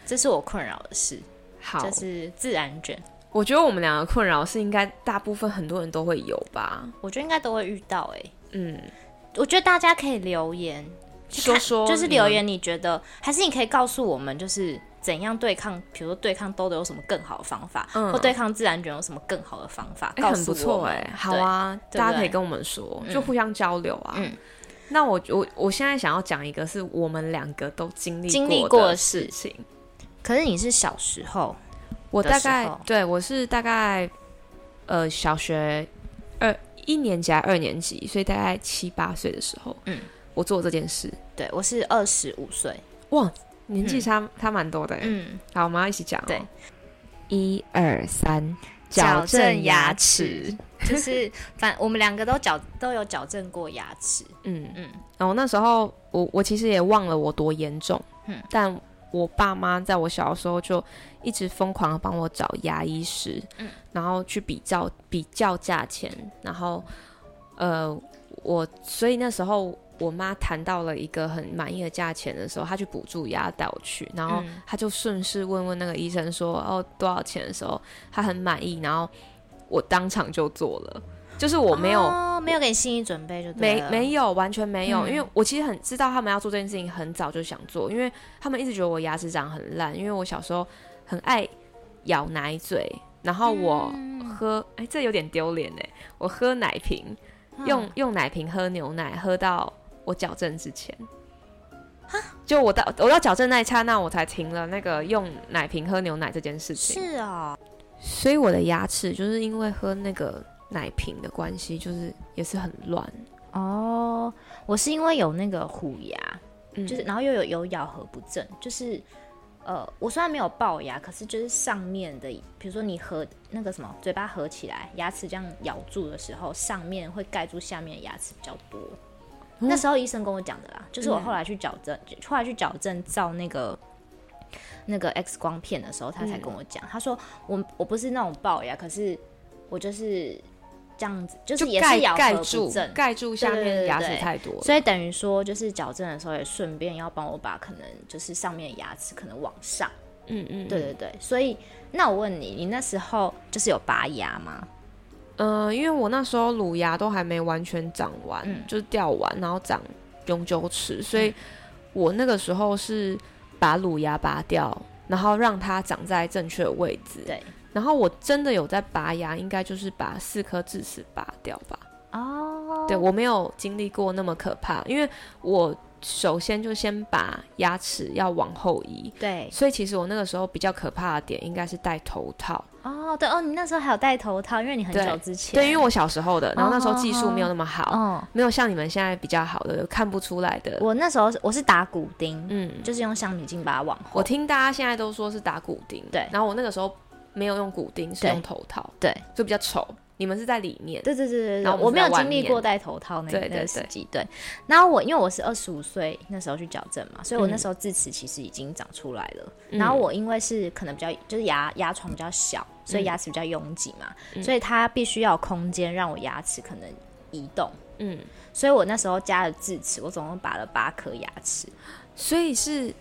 S1: 这是我困扰的事，
S2: 好，
S1: 就是自然卷，
S2: 我觉得我们两个困扰是应该大部分很多人都会有吧，
S1: 我觉得应该都会遇到哎、
S2: 嗯，
S1: 我觉得大家可以留言，去
S2: 说
S1: 看
S2: 说
S1: 就是
S2: 你们
S1: 留言，你觉得还是你可以告诉我们，就是怎样对抗，比如说对抗痘痘有什么更好的方法，
S2: 嗯
S1: 或对抗自然卷有什么更好的方法，
S2: 哎、
S1: 告
S2: 很
S1: 诉
S2: 不
S1: 我
S2: 错
S1: 们
S2: 哎、好，啊，
S1: 对
S2: 大
S1: 对不
S2: 家可以
S1: 对
S2: 跟我们说，就互相交流啊。
S1: 嗯
S2: 那我我我现在想要讲一个是我们两个都经历
S1: 经历过
S2: 的
S1: 的
S2: 事
S1: 事
S2: 情。
S1: 可是你是小时候，
S2: 我
S1: 的
S2: 大
S1: 时
S2: 概
S1: 候
S2: 对我是大概呃小学二一年级还二年级，所以大概七八岁的时候，
S1: 嗯，
S2: 我做这件事，
S1: 对我是二十五岁，
S2: 哇，年纪
S1: 嗯
S2: 差、差蛮多的耶。
S1: 嗯，
S2: 好，我们要一起讲、哦。
S1: 对，
S2: 一二三，
S1: 矫
S2: 正
S1: 正牙齿。 就是反我们两个都矫都有矫正过牙齿，
S2: 嗯嗯
S1: 嗯。
S2: 然后那时候我我其实也忘了我多严重，嗯，但我爸妈在我小的时候就一直疯狂的帮我找牙医师，嗯，然后去比较比较价钱，然后呃，我所以那时候。我妈谈到了一个很满意的价钱的时候，她去补助牙带我去，然后
S1: 嗯
S2: 她就顺势问问那个医生说：“哦，多少钱？”的时候，她很满意，然后我当场就做了，就是我没有
S1: 哦没有给你心理准备就对
S2: 没
S1: 了
S2: 没有，完全没有，
S1: 嗯
S2: 因为我其实很知道他们要做这件事情，很早就想做，因为他们一直觉得我牙齿长很烂，因为我小时候很爱咬奶嘴，然后我
S1: 嗯
S2: 喝，哎、这有点丢脸哎，我喝奶瓶，用
S1: 嗯
S2: 用奶瓶喝牛奶，喝到我矫正之前。就我到我到矫正那一刹那，我才停了那个用奶瓶喝牛奶这件事情。
S1: 是哦，
S2: 所以我的牙齿就是因为喝那个奶瓶的关系，就是也是很乱。
S1: 哦，我是因为有那个虎牙，
S2: 嗯
S1: 就是然后又有有咬合不正，就是呃，我虽然没有龅牙，可是就是上面的，比如说你合那个什么嘴巴合起来，牙齿这样咬住的时候，上面会盖住下面的牙齿比较多。
S2: 哦
S1: 那时候医生跟我讲的啦，就是
S2: 嗯
S1: 我后来去矫正，后来去矫正照那个那个 X 光片的时候，他
S2: 嗯
S1: 才跟我讲，他说我我不是那种龅牙，可是我就是这样子，就是
S2: 就
S1: 也
S2: 盖
S1: 是咬
S2: 盖
S1: 合不
S2: 住
S1: 正，
S2: 盖住下
S1: 对对
S2: 面
S1: 对
S2: 牙齿
S1: 对
S2: 太多了，
S1: 所以等于说，就是矫正的时候也顺便要帮我把可能就是上面的牙齿可能往上，
S2: 嗯嗯，
S1: 对对对。所以那我问你，你那时候就是有拔牙吗？
S2: 嗯、因为我那时候乳牙都还没完全长完，
S1: 嗯
S2: 就是掉完，然后长永久齿，所以我那个时候是把乳牙拔掉，然后让它长在正确的位置。
S1: 对，
S2: 然后我真的有在拔牙，应该就是把四颗智齿拔掉吧。
S1: 哦，
S2: 对我没有经历过那么可怕，因为我首先就先把牙齿要往后移，
S1: 对，
S2: 所以其实我那个时候比较可怕的点应该是戴头套。
S1: 哦，对哦，你那时候还有戴头套，因为你很
S2: 对
S1: 久之前，
S2: 对，因为我小时候的，然后那时候技术没有那么好，
S1: 哦，
S2: 没有像你们现在比较好的，看不出来的。
S1: 我那时候是我是打骨钉，
S2: 嗯，
S1: 就是用橡皮筋把它往后，
S2: 我听大家现在都说是打骨钉，
S1: 对
S2: 然后我那个时候没有用骨钉，是
S1: 对
S2: 用头套，
S1: 对，
S2: 就比较丑。你们是在里面，
S1: 对对对对
S2: 然
S1: 对，
S2: 后
S1: 我
S2: 我们
S1: 没有
S2: 在外
S1: 经历
S2: 面
S1: 过戴头套那
S2: 对
S1: 那
S2: 对
S1: 个
S2: 对
S1: 时机。对，然后我因为我是二十五岁那时候去矫正嘛，所以我
S2: 嗯
S1: 那时候智齿其实已经长出来了。
S2: 嗯
S1: 然后我因为是可能比较就是牙牙床比较小，所
S2: 嗯
S1: 以牙齿比较拥挤嘛，所以它必须要有空间让我牙齿可能移动。
S2: 嗯，
S1: 所以我那时候加了智齿，我总共拔了八颗牙齿。
S2: 所以是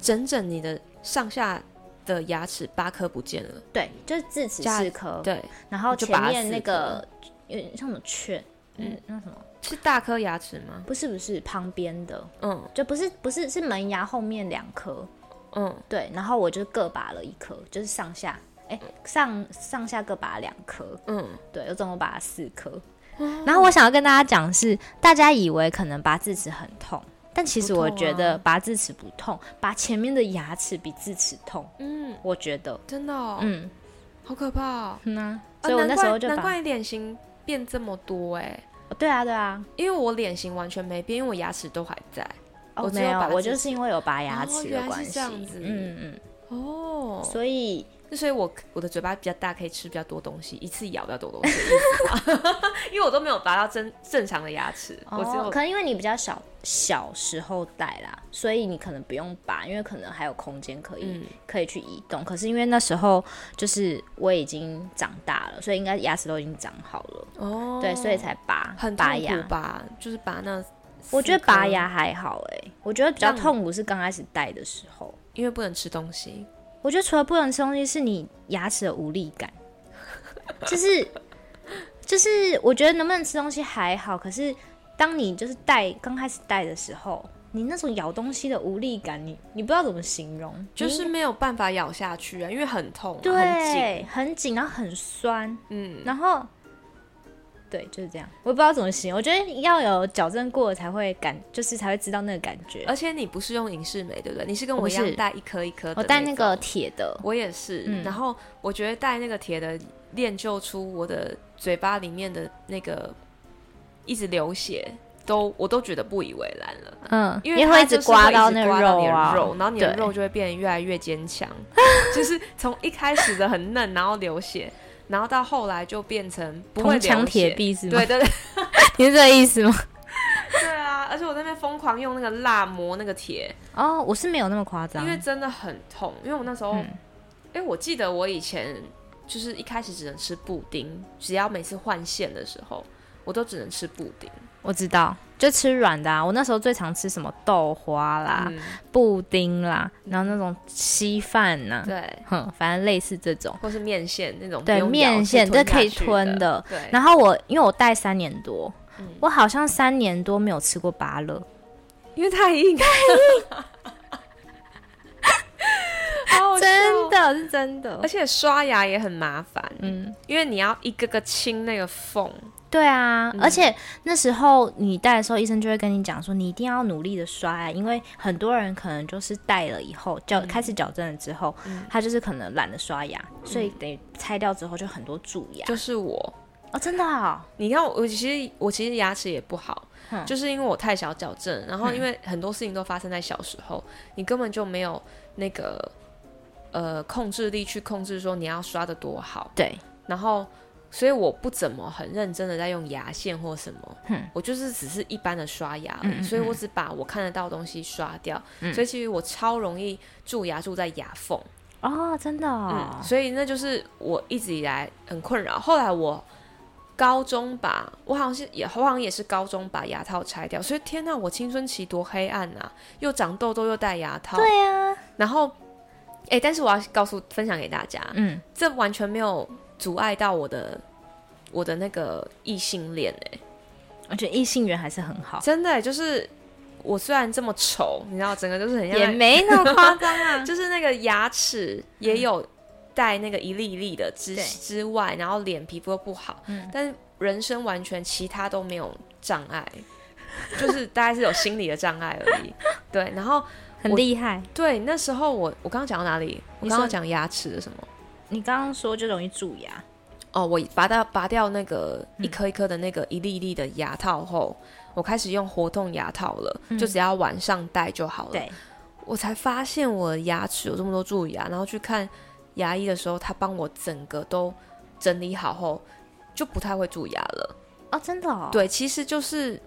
S2: 整整你的上下的牙齿八颗不见了，
S1: 对，就是智齿
S2: 加
S1: 四颗，
S2: 对，
S1: 然后
S2: 就
S1: 前
S2: 拔了
S1: 面
S2: 四
S1: 那
S2: 颗
S1: 个有点像什么雀，嗯，那什么
S2: 是大颗牙齿吗？
S1: 不是不是旁边的，
S2: 嗯
S1: 就不是不是是门牙后面两颗，
S2: 嗯，
S1: 对，然后我就各拔了一颗，就是上下，哎、上上下各拔两颗，
S2: 嗯，
S1: 对，我总共拔了四颗。然后我想要跟大家讲的是，大家以为可能拔智齿很痛，但其实
S2: 不
S1: 我
S2: 痛
S1: 觉
S2: 啊
S1: 得拔智齿不痛，拔前面的牙齿比智齿痛，
S2: 嗯，
S1: 我觉得，
S2: 真的、哦，
S1: 嗯，
S2: 好可怕哦。
S1: 嗯啊
S2: 啊
S1: 所以我那
S2: 难
S1: 时候
S2: 怪
S1: 就
S2: 难
S1: 把，
S2: 怪你脸型变这么多哎、
S1: 对啊对啊，
S2: 因为我脸型完全没变，因为我牙齿都还在。
S1: 哦
S2: 我只
S1: 没
S2: 有
S1: 有
S2: 拔，
S1: 我
S2: 智
S1: 就是因为有拔牙
S2: 哦
S1: 齿
S2: 原
S1: 的
S2: 来
S1: 关
S2: 是
S1: 系，
S2: 这样子
S1: 嗯
S2: 哦
S1: 嗯，，所以
S2: 那所以我我的嘴巴比较大，可以吃比较多东西，一次咬比较多东西的意思吗， 因为我都没有拔到正正常的牙齿，我只
S1: 哦，
S2: 有
S1: 可能因为你比较小小时候戴啦，所以你可能不用拔，因为可能还有空间可以、
S2: 嗯
S1: 可以去移动。可是因为那时候就是我已经长大了，所以应该牙齿都已经长好了，
S2: 哦，
S1: 对，所以才拔
S2: 很
S1: 拔
S2: 痛苦
S1: 牙。
S2: 吧，就是拔那四颗，
S1: 我觉得拔牙还好哎、我觉得比较
S2: 让你
S1: 痛苦是刚开始戴的时候。
S2: 因为不能吃东西，
S1: 我觉得除了不能吃东西，是你牙齿的无力感，就是就是，我觉得能不能吃东西还好，可是当你就是戴刚开始戴的时候，你那种咬东西的无力感，你你不知道怎么形容，
S2: 就是
S1: 你
S2: 没有办法咬下去啊，因为很痛、啊，很紧，
S1: 对，很紧，然后很酸，
S2: 嗯，
S1: 然后对，就是这样。我也不知道怎么形容，我觉得要有矫正过才会感，就是才会知道那个感觉。
S2: 而且你不是用隐适美，对不对？你是跟
S1: 我不
S2: 我一样
S1: 是
S2: 带一颗一颗的。
S1: 我戴那个，铁的，
S2: 我也是。
S1: 嗯
S2: 然后我觉得带那个铁的，练就出我的嘴巴里面的那个一直流血，都我都觉得不以为然了。
S1: 嗯，
S2: 因为
S1: 为
S2: 它
S1: 会一
S2: 就
S1: 直
S2: 是
S1: 刮
S2: 到
S1: 那
S2: 个
S1: 个
S2: 肉
S1: 啊，
S2: 肉然后你的
S1: 对
S2: 肉就会变得越来越 坚强，就是从一开始的很嫩，然后流血，然后到后来就变成不会
S1: 铜
S2: 流血
S1: 墙铁，壁是吗
S2: 对？对对
S1: 你是这个意思吗？
S2: 对啊！而且我在那边疯狂用那个蜡磨那个铁，
S1: 哦，我是没有那么夸张，
S2: 因为真的很痛，因为我那时候，哎、
S1: 嗯
S2: 我记得我以前就是一开始只能吃布丁，只要每次换线的时候，我都只能吃布丁
S1: 我知道，就吃软的啊。我那时候最常吃什么豆花啦、
S2: 嗯
S1: 布丁啦，然后那种稀饭呐、
S2: 对，
S1: 哼，反正类似这种。
S2: 或是面线那种不
S1: 对
S2: 用咬
S1: 面线
S2: 是吞
S1: 这可以
S2: 下去
S1: 吞
S2: 的
S1: 的，
S2: 对，
S1: 然后我因为我带三年多，
S2: 嗯
S1: 我好像三年多没有吃过芭乐，
S2: 因为太 硬，太硬，
S1: 真。的是真的
S2: 而。且刷牙也很麻烦，
S1: 嗯，
S2: 因为你要一个个清那个缝。
S1: 对啊，而且那时候你带的时候，医生就会跟你讲说，你一定要努力的刷牙，因为很多人可能就是带了以后矫开始矫正了之后，他就是可能懒得刷牙，所以得拆掉之嗯后就很多蛀牙。
S2: 就是我，
S1: 哦，真的哦，
S2: 你看我，我其实我其实牙齿也不好，
S1: 嗯
S2: 就是因为我太小矫正，然后因为很多事情都发生在小时候，你根本就没有那个呃控制力去控制说你要刷的多好，
S1: 对，
S2: 然后所以我不怎么很认真的在用牙线或什么，
S1: 嗯
S2: 我就是只是一般的刷牙而已，
S1: 嗯嗯
S2: 所以我只把我看得到的东西刷掉，
S1: 嗯
S2: 所以其实我超容易蛀牙蛀在牙缝，
S1: 哦，真的哦，
S2: 嗯，所以那就是我一直以来很困扰。后来我高中吧，我好像是也我好像也是高中把牙套拆掉，所以天呐，我青春期多黑暗啊！又长痘痘又戴牙套，
S1: 对啊，
S2: 然后哎、但是我要告诉分享给大家，
S1: 嗯，
S2: 这完全没有阻碍到我的我的那个异性恋哎、
S1: 我觉得异性缘还是很好，
S2: 真的、欸、就是我虽然这么丑，你知道，整个就是很像
S1: 也没那么夸张 啊。
S2: 就是那个牙齿也有带那个一粒一粒的之
S1: 嗯对
S2: 之外，然后脸皮肤又不好，
S1: 嗯
S2: 但是人生完全其他都没有障碍，就是大概是有心理的障碍而已。对，然后
S1: 很厉害。
S2: 对那时候我我刚刚讲到哪里？我
S1: 你说
S2: 刚刚讲牙齿的什么？
S1: 你刚刚说就容易蛀牙，
S2: 哦，我拔掉拔掉那个
S1: 嗯
S2: 一颗一颗的那个一粒一粒的牙套后，我开始用活动牙套了，就只要晚上戴就好了。
S1: 嗯对，
S2: 我才发现我的牙齿有这么多蛀牙，然后去看牙医的时候，他帮我整个都整理好后，就不太会蛀牙了。
S1: 哦，真的哦。，
S2: 对，其实就是，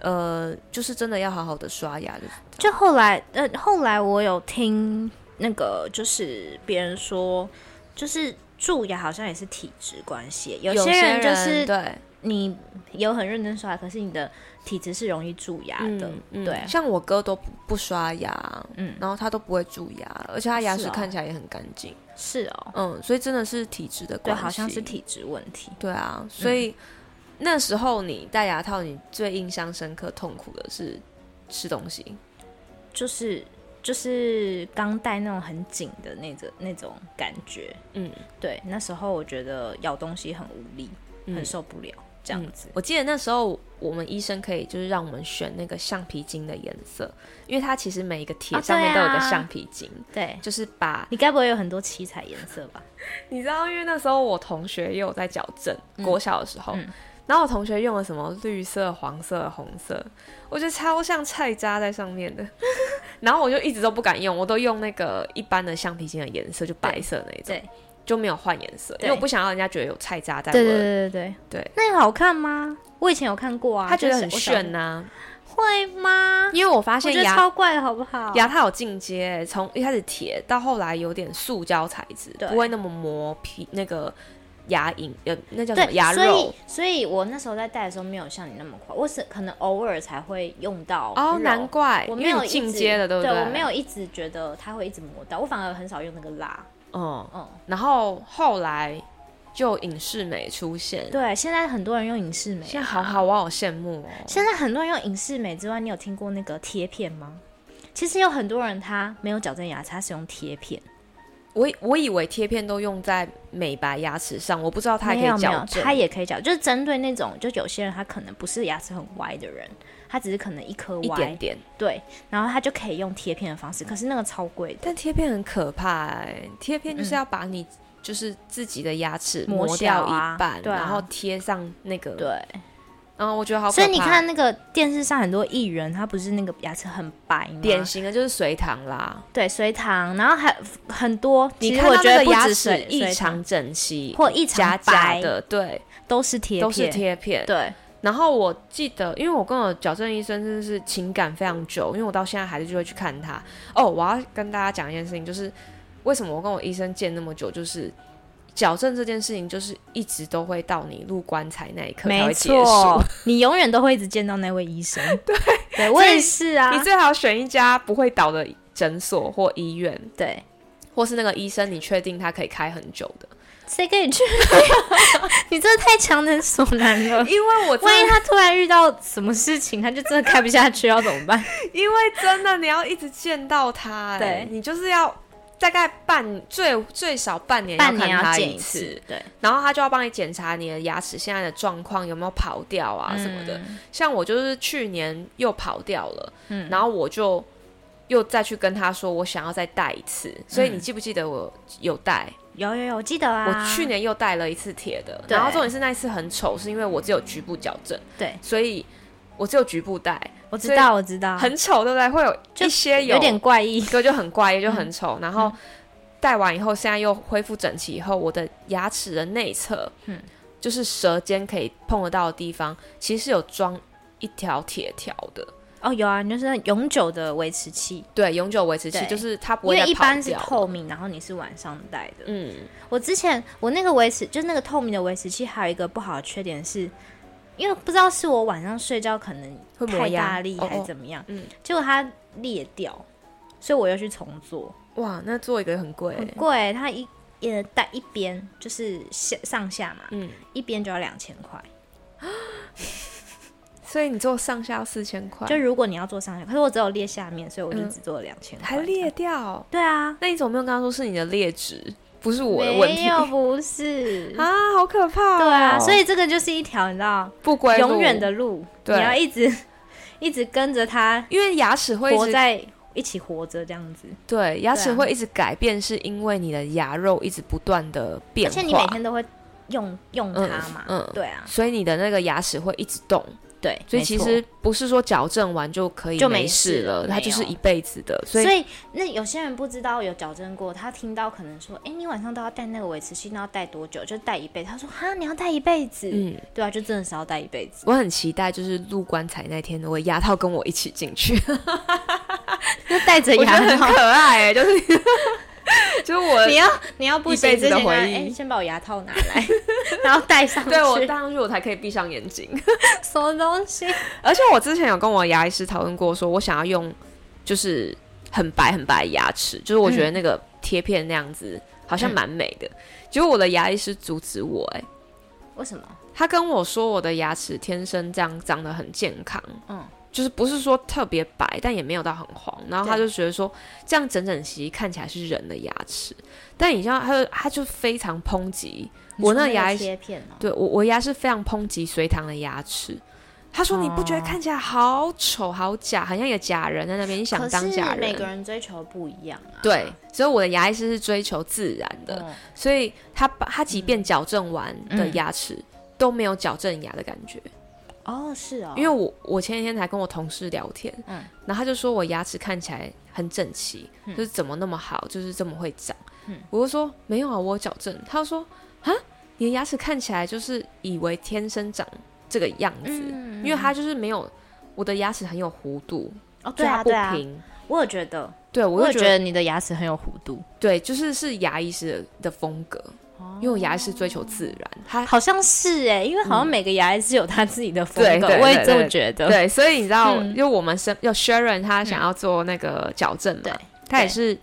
S2: 呃，就是真的要好好的刷牙，就是
S1: 就后来，呃，后来我有听那个，就是别人说，就是蛀牙好像也是体质关系，有些人就是
S2: 对
S1: 你有很认真刷牙，可是你的体质是容易蛀牙的，
S2: 嗯
S1: 嗯对
S2: 像我哥都不不刷牙，
S1: 嗯
S2: 然后他都不会蛀牙，而且他牙齿
S1: 是哦
S2: 看起来也很干净，
S1: 是哦，
S2: 嗯，所以真的是体质的
S1: 对，
S2: 关系，
S1: 好像是体嗯质问题。
S2: 对啊，所以、那时候你戴牙套，你最印象深刻、痛苦的是吃东西。
S1: 就是就是刚戴那种很紧的那种那种感觉，
S2: 嗯，
S1: 对，那时候我觉得咬东西很无力，
S2: 嗯
S1: 很受不了这样子。
S2: 我记得那时候我们医生可以就是让我们选那个橡皮筋的颜色，因为它其实每一个铁
S1: 哦
S2: 上面都
S1: 对
S2: 有
S1: 啊
S2: 个橡皮筋，
S1: 对，
S2: 就是把
S1: 你该不会有很多七彩颜色吧？
S2: 你知道，因为那时候我同学也有在矫正，国小的时候。
S1: 嗯
S2: 然后我同学用了什么绿色、黄色、红色，我觉得超像菜渣在上面的。 然后我就一直都不敢用，我都用那个一般的橡皮筋的颜色，就白色那一种，
S1: 对
S2: 就没有换颜色，因
S1: 对
S2: 为我不想让人家觉得有菜渣在我
S1: 对对
S2: 的。
S1: 对对对
S2: 对
S1: 那个好看吗？我以前有看过啊，
S2: 他觉得
S1: 就是
S2: 很
S1: 我小时候
S2: 炫呐、
S1: 会吗？
S2: 因为我发
S1: 啊我
S2: 现
S1: 觉得
S2: 牙
S1: 超怪，好不好？
S2: 牙套有进阶，从一开始铁到后来有点塑胶材质，
S1: 对
S2: 不会那么磨皮那个牙龈，呃，那叫什么
S1: 对，
S2: 牙
S1: 所
S2: 肉
S1: 以。所以我那时候在戴的时候没有像你那么快，我是可能偶尔才会用到
S2: 哦，
S1: 肉
S2: 难怪，
S1: 我
S2: 因
S1: 没
S2: 为
S1: 有
S2: 你
S1: 一
S2: 进
S1: 直
S2: 阶了，
S1: 对
S2: 不对？
S1: 我没有一直觉得它会一直磨到，我反而很少用那个蜡。
S2: 嗯，
S1: 嗯，
S2: 然后后来就影视美出现，
S1: 对，啊现在很多人用隐适美啊，
S2: 现在好好，我好羡慕哦。
S1: 现在很多人用隐适美之外，你有听过那个贴片吗？其实有很多人他没有矫正牙齿，他是用贴片，
S2: 我以我以为贴片都用在美白牙齿上，我不知道它也可
S1: 没
S2: 以
S1: 有没
S2: 矫
S1: 有，
S2: 正。
S1: 它也可以矫，就是针对那种就有些人他可能不是牙齿很歪的人，他只是可能一颗
S2: 一
S1: 歪，
S2: 点嗯点，
S1: 对，然后他就可以用贴片的方式，可是那个超贵的，
S2: 但贴片很可怕、欸，贴片就是
S1: 嗯
S2: 要把你就是自己的牙齿
S1: 磨
S2: 磨
S1: 小
S2: 掉
S1: 啊
S2: 一半，
S1: 对啊
S2: 然后贴上那个，
S1: 对。
S2: 然后我觉得好可怕。
S1: 所以你看，那个电视上很多艺人，他不是那个牙齿很白吗？
S2: 典型的就是隋唐啦，
S1: 对隋唐，然后还很多，嗯
S2: 你
S1: 其实
S2: 看
S1: 我
S2: 到
S1: 觉
S2: 那
S1: 得
S2: 个
S1: 不
S2: 牙
S1: 止
S2: 齿
S1: 隋
S2: 异
S1: 隋唐
S2: 常整齐，
S1: 或异
S2: 夹
S1: 常
S2: 夹
S1: 白，
S2: 的，对，
S1: 都是贴片，
S2: 都是贴片。
S1: 对，
S2: 然后我记得，因为我跟我矫正医生真的是情感非常久，因为我到现在还是就会去看他。哦，我要跟大家讲一件事情，就是为什么我跟我医生见那么久，就是矫正这件事情，就是一直都会到你入棺材那一刻才
S1: 没
S2: 会结束
S1: 错。，你永远都会一直见到那位医生。对，对我也是啊
S2: 你。最好选一家不会倒的诊所或医院，
S1: 对，
S2: 或是那个医生你确定他可以开很久的，
S1: 谁跟你去？ 你真的太强人所难了。
S2: 因为我 真
S1: 万一
S2: 的，
S1: 他突然遇到什么事情，他就真的开不下去，要怎 么办？
S2: 因为真的你要一直见到他、哎
S1: 对
S2: 你就是要大概半最最少半年
S1: 半
S2: 看
S1: 年
S2: 他
S1: 要见
S2: 一
S1: 次，对，
S2: 然后他就要帮你检查你的牙齿现在的状况有没有跑掉
S1: 嗯
S2: 啊什么的。像我就是去年又跑掉了，
S1: 嗯
S2: 然后我就又再去跟他说我想要再戴一次。所以你记不记得我有戴？
S1: 有有有，我记得嗯啊。
S2: 我去年又戴了一次铁的，
S1: 对
S2: 然后重点是那一次很丑，是因为我只有局部矫正，
S1: 对，
S2: 所以我只有局部戴，
S1: 我知
S2: 所以
S1: 道我知道，
S2: 很丑，对不对？会有
S1: 就
S2: 一些
S1: 有点怪异。
S2: 对，就很怪异，就
S1: 嗯
S2: 很丑。然后戴完以后，现在又恢复整齐以后，我的牙齿的内侧，
S1: 嗯
S2: 就是舌尖可以碰得到的地方，其实是有装一条铁条的。
S1: 哦，有啊，你就是那永久的维持 器，
S2: 对，永久维持器
S1: 对
S2: 就是它不
S1: 因为
S2: 会再
S1: 一
S2: 跑
S1: 般是
S2: 掉了
S1: 透明，然后你是晚上戴的。
S2: 嗯，
S1: 我之前我那个维持，就是那个透明的维持器，还有一个不好的缺点是，因为不知道是我晚上睡觉可能
S2: 会磨
S1: 太
S2: 牙
S1: 大力
S2: 哦
S1: 还
S2: 哦
S1: 是怎么样，
S2: 嗯
S1: 结果它裂掉，所以我又去重做，
S2: 哇，那做一个很贵欸、
S1: 很贵，它一也戴一边就是下上下嘛，
S2: 嗯，
S1: 一边就要两千块。
S2: 所以你做上下四千块，
S1: 就如果你要做上下，可是我只有裂下面，所以我就
S2: 嗯
S1: 只做了两千块。
S2: 还裂？掉。
S1: 对啊，
S2: 那你怎么没有跟他说是你的劣质，不是我的问
S1: 没
S2: 题
S1: 有不是。
S2: 啊？好可怕、哦！
S1: 对啊，所以这个就是一条你知道
S2: 不归路
S1: 永远的路，你
S2: 对
S1: 要一直 一直跟着它
S2: 因为牙齿会一
S1: 活
S2: 直
S1: 在一起活着这样子，
S2: 对，牙
S1: 对
S2: 齿
S1: 啊
S2: 会一直改变，是因为你的牙肉一直不断的变
S1: 而
S2: 化，
S1: 且你每天都会用用它嘛，
S2: 嗯嗯
S1: 对啊，
S2: 所以你的那个牙齿会一直动。
S1: 对，
S2: 所以
S1: 没
S2: 其
S1: 错
S2: 实不是说矫正完就可以
S1: 就
S2: 没
S1: 没事
S2: 事
S1: 了
S2: 它就是
S1: 没有
S2: 一辈子的。所
S1: 所
S2: 以
S1: 以那有些人不知道有矫正过，他听到可能说，哎，你晚上都要戴那个维持器，那要戴多久？就戴一辈子。他说，哈，你要戴一辈子，
S2: 嗯，
S1: 对啊，就真的是要戴一辈子。
S2: 我很期待就是入棺材那天，我牙套跟我一起进 去，
S1: 就戴着
S2: 我觉
S1: 牙
S2: 得很
S1: 套。
S2: 可爱、欸，就是 就是 我
S1: 你要你要不行
S2: 一辈子的
S1: 之前跟他
S2: 回忆
S1: 哎先把我牙套拿来， 然后戴上去。
S2: 对我戴上去我才可以闭上眼睛。
S1: 什么东西？
S2: 而且我之前有跟我牙医师讨论过，说我想要用就是很白很白的牙齿，就是我觉得那个贴片那样子好像蛮美的。
S1: 嗯
S2: 结果我的牙医师阻止我、欸，
S1: 为什么？
S2: 他跟我说我的牙齿天生这样长得很健康，嗯
S1: 嗯。
S2: 就是不是说特别白，但也没有到很黄。然后他就
S1: 对
S2: 觉得说，这样整整齐看起来是人的牙齿，但你知道，他就他就非常抨击我
S1: 你说
S2: 那
S1: 那
S2: 个牙医师
S1: 贴片哦，
S2: 对我，我牙是非常抨击隋唐的牙齿。他说：“你不觉得
S1: 哦
S2: 看起来好丑、好假，好像一个假人在那边？你想
S1: 可
S2: 当假
S1: 是每个
S2: 人？
S1: 人追求不一样啊。
S2: 对，所以我的牙医师是追求自然的，
S1: 嗯
S2: 所以他把他即便矫正完的
S1: 嗯
S2: 牙齿、都没有矫正牙的感觉。
S1: 哦，是哦，
S2: 因为我我前几天才跟我同事聊天，
S1: 嗯
S2: 然后他就说我牙齿看起来很整齐，就是怎么那么好，就是这么会长。
S1: 嗯
S2: 我就说没有啊，我有矫正。他就说啊，你的牙齿看起来就是以为天生长这个样子，
S1: 嗯
S2: 因为他就是没有我的牙齿很有弧度，
S1: 哦，
S2: 就
S1: 对
S2: 它
S1: 啊，
S2: 不
S1: 对啊，
S2: 平。
S1: 我也觉得，
S2: 对，我
S1: 我
S2: 就
S1: 也
S2: 觉
S1: 觉
S2: 得
S1: 得你的牙齿很有弧度，
S2: 对，就是是牙医师的风格，
S1: 哦
S2: 因为我牙医师追求自然，他
S1: 好像是哎，因为好像每个牙医是有他自己的风
S2: 嗯对
S1: 格
S2: 对，
S1: 我也
S2: 对
S1: 这么
S2: 对
S1: 觉得。
S2: 对，所以你知道，
S1: 嗯
S2: 因为我们生有 Sharon 他想要做那个矫正嘛，
S1: 对
S2: 他也是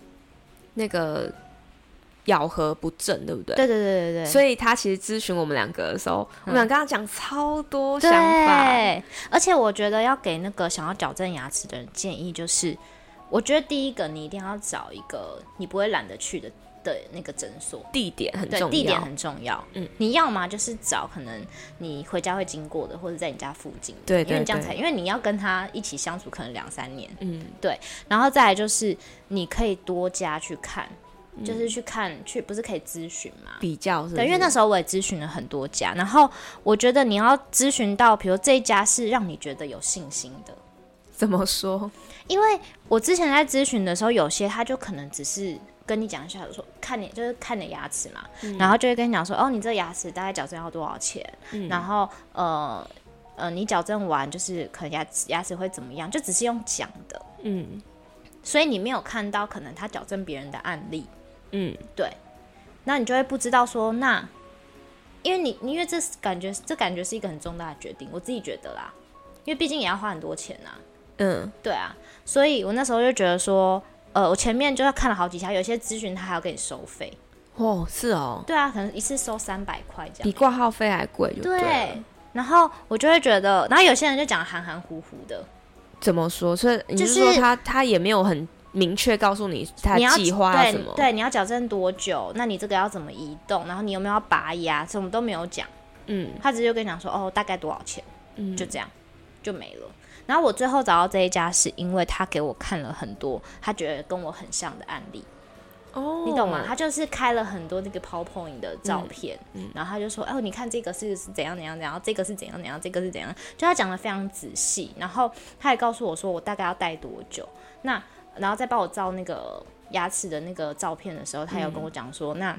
S2: 那个咬合不正，对不对？
S1: 对对对对对，
S2: 所以他其实咨询我们两个的时候，我们俩跟他讲超多
S1: 对，
S2: 想法，
S1: 而且我觉得要给那个想要矫正牙齿的人建议，就是我觉得第一个你一定要找一个你不会懒得去的的那个诊所。
S2: 地点很重
S1: 对
S2: 要，，
S1: 地点很重要。
S2: 嗯
S1: 嗯，你要嘛就是找可能你回家会经过的，或者在你家附近的。
S2: 对对
S1: 因为你这样
S2: 对
S1: 才，因为你要跟他一起相处可能两三年，
S2: 嗯，
S1: 然后再来就是你可以多家去看，就是去看去不是可以咨询嘛？
S2: 比较是不是
S1: 对，因为那时候我也咨询了很多家，然后我觉得你要咨询到，比如这一家是让你觉得有信心的，
S2: 怎么说？
S1: 因为我之前在咨询的时候，有些他就可能只是跟你讲一下，说看你就是看你的牙齿嘛，
S2: 嗯
S1: 然后就会跟你讲说，哦，你这牙齿大概矫正要多少钱，
S2: 嗯
S1: 然后呃呃，你矫正完就是可能牙齿牙齿会怎么样，就只是用讲的，
S2: 嗯
S1: 所以你没有看到可能他矫正别人的案例，
S2: 嗯，
S1: 那你就会不知道说那。因为你，因为这是感觉，这感觉是一个很重大的决定，我自己觉得啦，因为毕竟也要花很多钱呐、
S2: 嗯，
S1: 对啊，所以我那时候就觉得说，呃，我前面就是看了好几家，有些咨询他还要给你收费，
S2: 哦，是哦，
S1: 对啊，可能一次收三百块这
S2: 比
S1: 样，
S2: 挂号费还贵就对啊了。
S1: 然后我就会觉得，然后有些人就讲得含含糊糊的，
S2: 怎么说？所以你
S1: 就是
S2: 说他他也没有很明确告诉你他
S1: 你要
S2: 计划要
S1: 对
S2: 什么？
S1: 对，你要矫正多久？那你这个要怎么移动？然后你有没有要拔牙？什么都没有讲，
S2: 嗯
S1: 他直接就跟你讲说，哦，大概多少钱，
S2: 嗯，
S1: 就这样，就没了。然后我最后找到这一家，是因为他给我看了很多他觉得跟我很像的案例，
S2: 哦，嗯
S1: 你懂吗？？他就是开了很多那个 PowerPoint 的照片，然后他就说：“哦，你看这个是是怎样怎样怎样，这个是怎样怎样，这个是怎样。”就他讲的非常仔细，然后他也告诉我说我大概要待多久。那然后再帮我照那个牙齿的那个照片的时候，他有跟我讲说：“那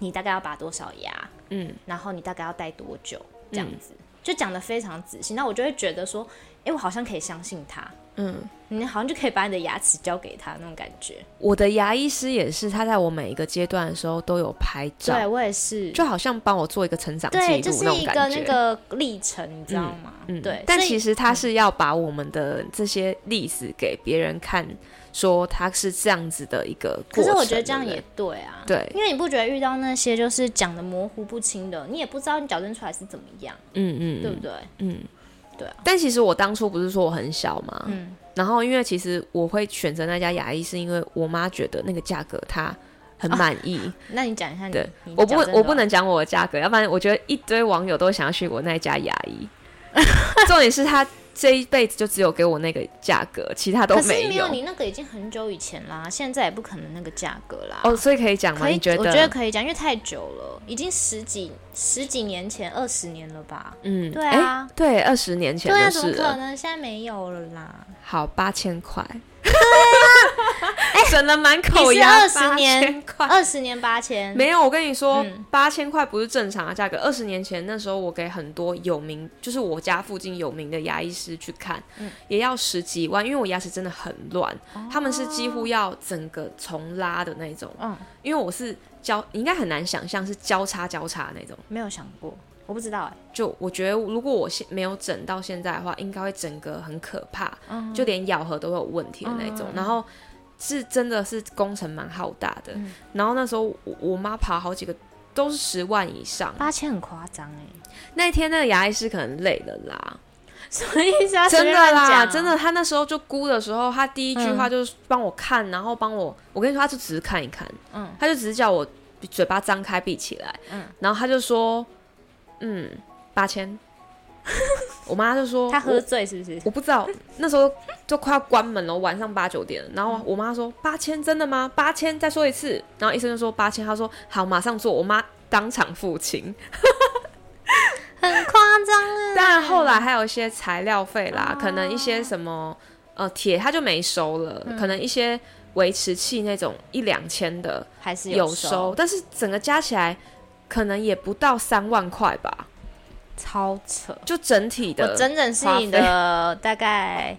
S1: 你大概要拔多少牙？
S2: 嗯，
S1: 然后你大概要待多久？”这样子、就讲的非常仔细。那我就会觉得说：“哎，我好像可以相信他，
S2: 嗯，
S1: 你好像就可以把你的牙齿交给他那种感觉。
S2: 我的牙医师也是，他在我每一个阶段的时候都有拍照
S1: 对，我也是，
S2: 就好像帮我做一个成长记
S1: 对，
S2: 录
S1: 就是
S2: 种
S1: 一
S2: 感
S1: 个
S2: 觉。
S1: 那个历程，你知道吗？
S2: 嗯，
S1: 对，
S2: 但
S1: 所以
S2: 其实他是要把我们的这些历史给别人看，说他是这样子的一个
S1: 可
S2: 过程。
S1: 是我觉得这样
S2: 对
S1: 也
S2: 不
S1: 对啊，
S2: 对对，
S1: 因为你不觉得遇到那些就是讲的模糊不清的，你也不知道你矫正出来是怎么样，
S2: 嗯嗯，
S1: 对不对？
S2: 嗯，
S1: 对啊。
S2: 但其实我当初不是说我很小嘛，
S1: 嗯
S2: 然后因为其实我会选择那家牙医，是因为我妈觉得那个价格她很满意。
S1: 啊那你讲一下哦你
S2: 对，
S1: 你
S2: 我不
S1: 矫正
S2: 我
S1: 多
S2: 不
S1: 少
S2: 能讲我的价格，要不然我觉得一堆网友都想要去我那家牙医。 重点是他这一辈子就只有给我那个价格，其他都
S1: 可是
S2: 没
S1: 没你那个已经很久以前啦，现在也不可能那个价格啦。
S2: 哦，所以可以讲吗？
S1: 可以，
S2: 你觉
S1: 我
S2: 得？
S1: 觉得可以讲，因为太久了，已经十几十几年前、二十年了吧？
S2: 嗯，
S1: 对
S2: 诶
S1: 啊
S2: 对，二十年前
S1: 对啊，
S2: 的
S1: 怎么
S2: 事
S1: 可
S2: 了。
S1: 能？现在没有了 啦。
S2: 好，八千块。 省了满口
S1: 啊你是
S2: 牙，
S1: 二十年
S2: 8000，块。
S1: 二十年八千，
S2: 没有，我跟你说
S1: 嗯，
S2: 八千块不是正常的价格。二十年前那时候，我给很多有名，就是我家附近有名的牙医师去看，
S1: 嗯
S2: 也要十几万，因为我牙齿真的很乱，
S1: 哦
S2: 他们是几乎要整个重拉的那种。
S1: 嗯
S2: 因为我是交，你应该很难想象是交叉交叉那种。
S1: 没有想过，我不知道哎、
S2: 就我觉得，如果我现没有整到现在的话，应该会整个很可怕，就连咬合都会有问题的那种。然后是真的是工程蛮浩大的。然后那时候我我妈爬好几个都是十万以上。
S1: 八千很夸张哎，
S2: 那一天那个牙医师可能累了啦，
S1: 什么意思啊？
S2: 真
S1: 随便
S2: 的
S1: 乱讲
S2: 啦，
S1: 啊
S2: 真的。他那时候就估的时候，他第一句话就是帮我看，然后帮我，我跟你说，他就只是看一看，
S1: 嗯
S2: 他就只是叫我嘴巴张开闭起来，
S1: 嗯
S2: 然后他就说，嗯，八 千。我妈就说，
S1: 他喝
S2: 我
S1: 醉是不是？
S2: 我不知道，那时候就快要关门了，晚上八九点了。然
S1: 嗯
S2: 后我妈说：“八千真的吗？八千，再说一次。”然后医生就说：“八千。”他说：“好，马上做。”我妈当场付清。
S1: 很夸张啊哎，
S2: 当然后来还有一些材料费啦，可能一些什么呃铁他就没收了，
S1: 嗯
S2: 可能一些维持器那种一两千的
S1: 还是
S2: 有
S1: 收，
S2: 收，但是整个加起来可能也不到三万块吧，
S1: 超扯。
S2: 就整体
S1: 我
S2: 的
S1: 整整是你的大概，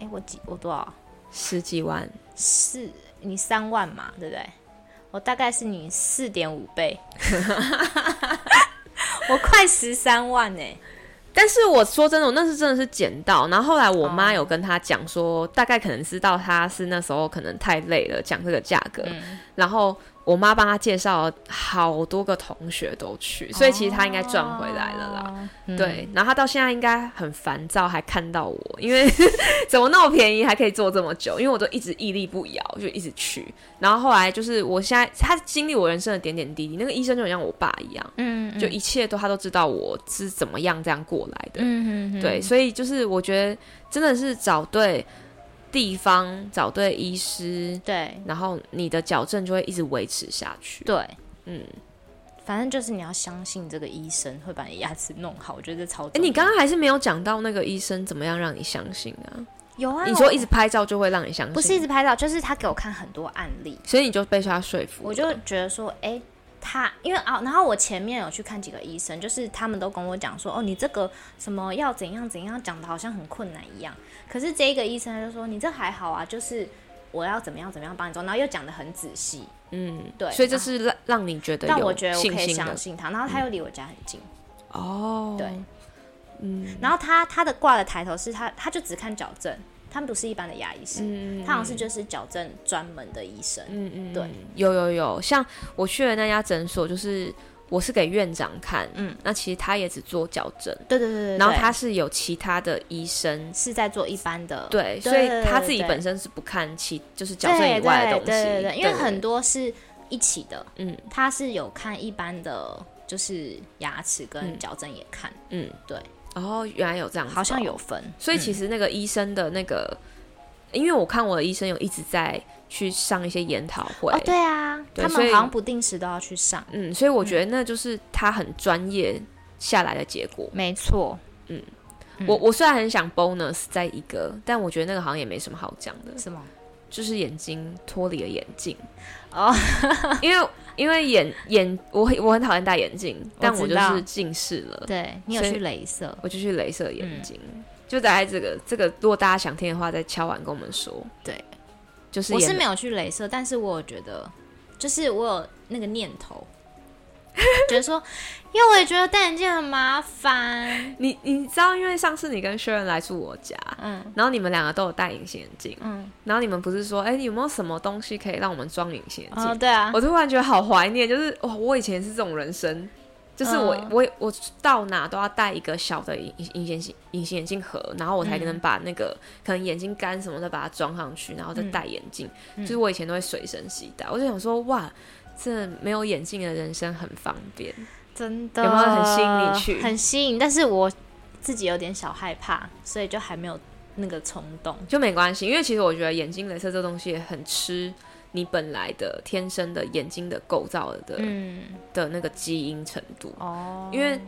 S1: 哎、我几我多少？
S2: 十几万。
S1: 四你三万嘛，对不对？我大概是你四点五 倍，我快十三万哎、
S2: 但是我说真的，我那次真的是捡到。然后后来我妈有跟她讲
S1: 嗯
S2: 说，大概可能知道她是那时候可能太累了，讲这个价格。然后我妈帮他介绍好多个同学都去，所以其实他应该赚回来了啦。
S1: 啦。哦嗯
S2: 对，，然后他到现在应该很烦躁，还看到我，因为 怎么那么便宜还可以做这么久？因为我都一直屹立不摇，就一直去。然后后来就是我现在他经历我人生的点点滴滴，那个医生就很像我爸一样，
S1: 嗯，
S2: 就一切都他都知道我是怎么样这样过来的。
S1: 嗯嗯嗯，
S2: 对，所以就是我觉得真的是找对地方，找对医师，
S1: 对
S2: 然后你的矫正就会一直维持下去。
S1: 对，
S2: 嗯，
S1: 反正就是你要相信这个医生会把你牙齿弄好，我觉得这超重要。
S2: 哎、你刚刚还是没有讲到那个医生怎么样让你相信啊？
S1: 有啊？
S2: 你说
S1: 我
S2: 一直拍照就会让你相信，
S1: 不是一直，拍照，就是他给我看很多案例，
S2: 所以你就被他说服了。
S1: 我就觉得说，哎、他因为啊，然后我前面有去看几个医生，就是他们都跟我讲说，哦，你这个什么要怎样怎样，讲的好像很困难一样。可是这一个医生他就说，你这还好啊，就是我要怎么样怎么样帮你做，然后又讲的很仔细，
S2: 嗯，
S1: 对
S2: 所以这是让让你觉得
S1: 但
S2: 有
S1: 我觉得我
S2: 信
S1: 可以
S2: 心
S1: 相
S2: 的嗯
S1: 信他。然后他又离我家很近，
S2: 哦，
S1: 对，
S2: 嗯
S1: 然后他他的挂的抬头是他他就只看矫正，他们不是一般的牙医师，
S2: 嗯
S1: 他好像是就是矫正专门的医生，
S2: 嗯嗯，
S1: 对，
S2: 有有有，像我去的那家诊所，就是我是给院长看，
S1: 嗯
S2: 嗯，那其实他也只做矫正，
S1: 对对对对，
S2: 然后
S1: 对
S2: 他是有其他的医生，
S1: 是在做一般的，
S2: 对，所以他自己本身是不看其就是矫正
S1: 对
S2: 以外的东西，
S1: 对对对对，因为很
S2: 多
S1: 多是一起的，
S2: 嗯
S1: 他是有看一般的，就是牙齿跟
S2: 嗯
S1: 矫正也看，
S2: 嗯
S1: 对，
S2: 哦，原来有这样子哦，
S1: 好像有分，嗯
S2: 所以其实那个医生的那个，因为我看我的医生有一直在去上一些研讨会，
S1: 哦，对啊，
S2: 对
S1: 他
S2: 所
S1: 们
S2: 以
S1: 好像不定时都要去上，
S2: 嗯，所以我觉得那就是他很专业下来的结果。
S1: 没错，嗯
S2: 我我虽然很想 bonus 在一个，但我觉得那个好像也没什么好讲的，
S1: 什么？
S2: 就是眼睛脱离了眼镜
S1: 哦，
S2: 因为因为眼眼我很我很讨厌戴眼镜，但我
S1: 知
S2: 就
S1: 道
S2: 是近视了，
S1: 对你有
S2: 所以
S1: 去镭射？
S2: 我就去镭射眼
S1: 嗯
S2: 睛。就大概这个这个，如果大家想听的话，再敲完跟我们说。
S1: 对，
S2: 就是
S1: 我
S2: 眼
S1: 是没有去镭射，但是我有觉得，就是我有那个念 头，觉得说，因为我也觉得戴眼镜很麻烦，
S2: 你你知道，因为上次你跟 Sharon 来住我家，
S1: 嗯
S2: 然后你们两个都有戴隐形眼镜，
S1: 嗯，
S2: 然后你们不是说，哎、你有没有什么东西可以让我们装隐形眼镜？
S1: 哦，对啊，
S2: 我突然觉得好怀念，就是哇，我以前是这种人生，就是我、
S1: 嗯
S2: 我我到哪都要带一个小的隐隐形眼隐形眼镜盒，然后我才
S1: 嗯
S2: 能把那个、可能眼镜干什么的把它装上去，然后再戴眼镜。
S1: 嗯
S2: 就是我以前都会随身携带，我就想说，哇，这没有眼镜的人生很方便。
S1: 真的
S2: 有没有很吸引你去
S1: 很吸引，但是我自己有点小害怕，所以就还没有那个冲动。
S2: 就没关系，因为其实我觉得眼睛镭射这东西也很吃你本来的天生的眼睛的构造的、
S1: 嗯，
S2: 的那个基因程度，
S1: 哦，
S2: 因为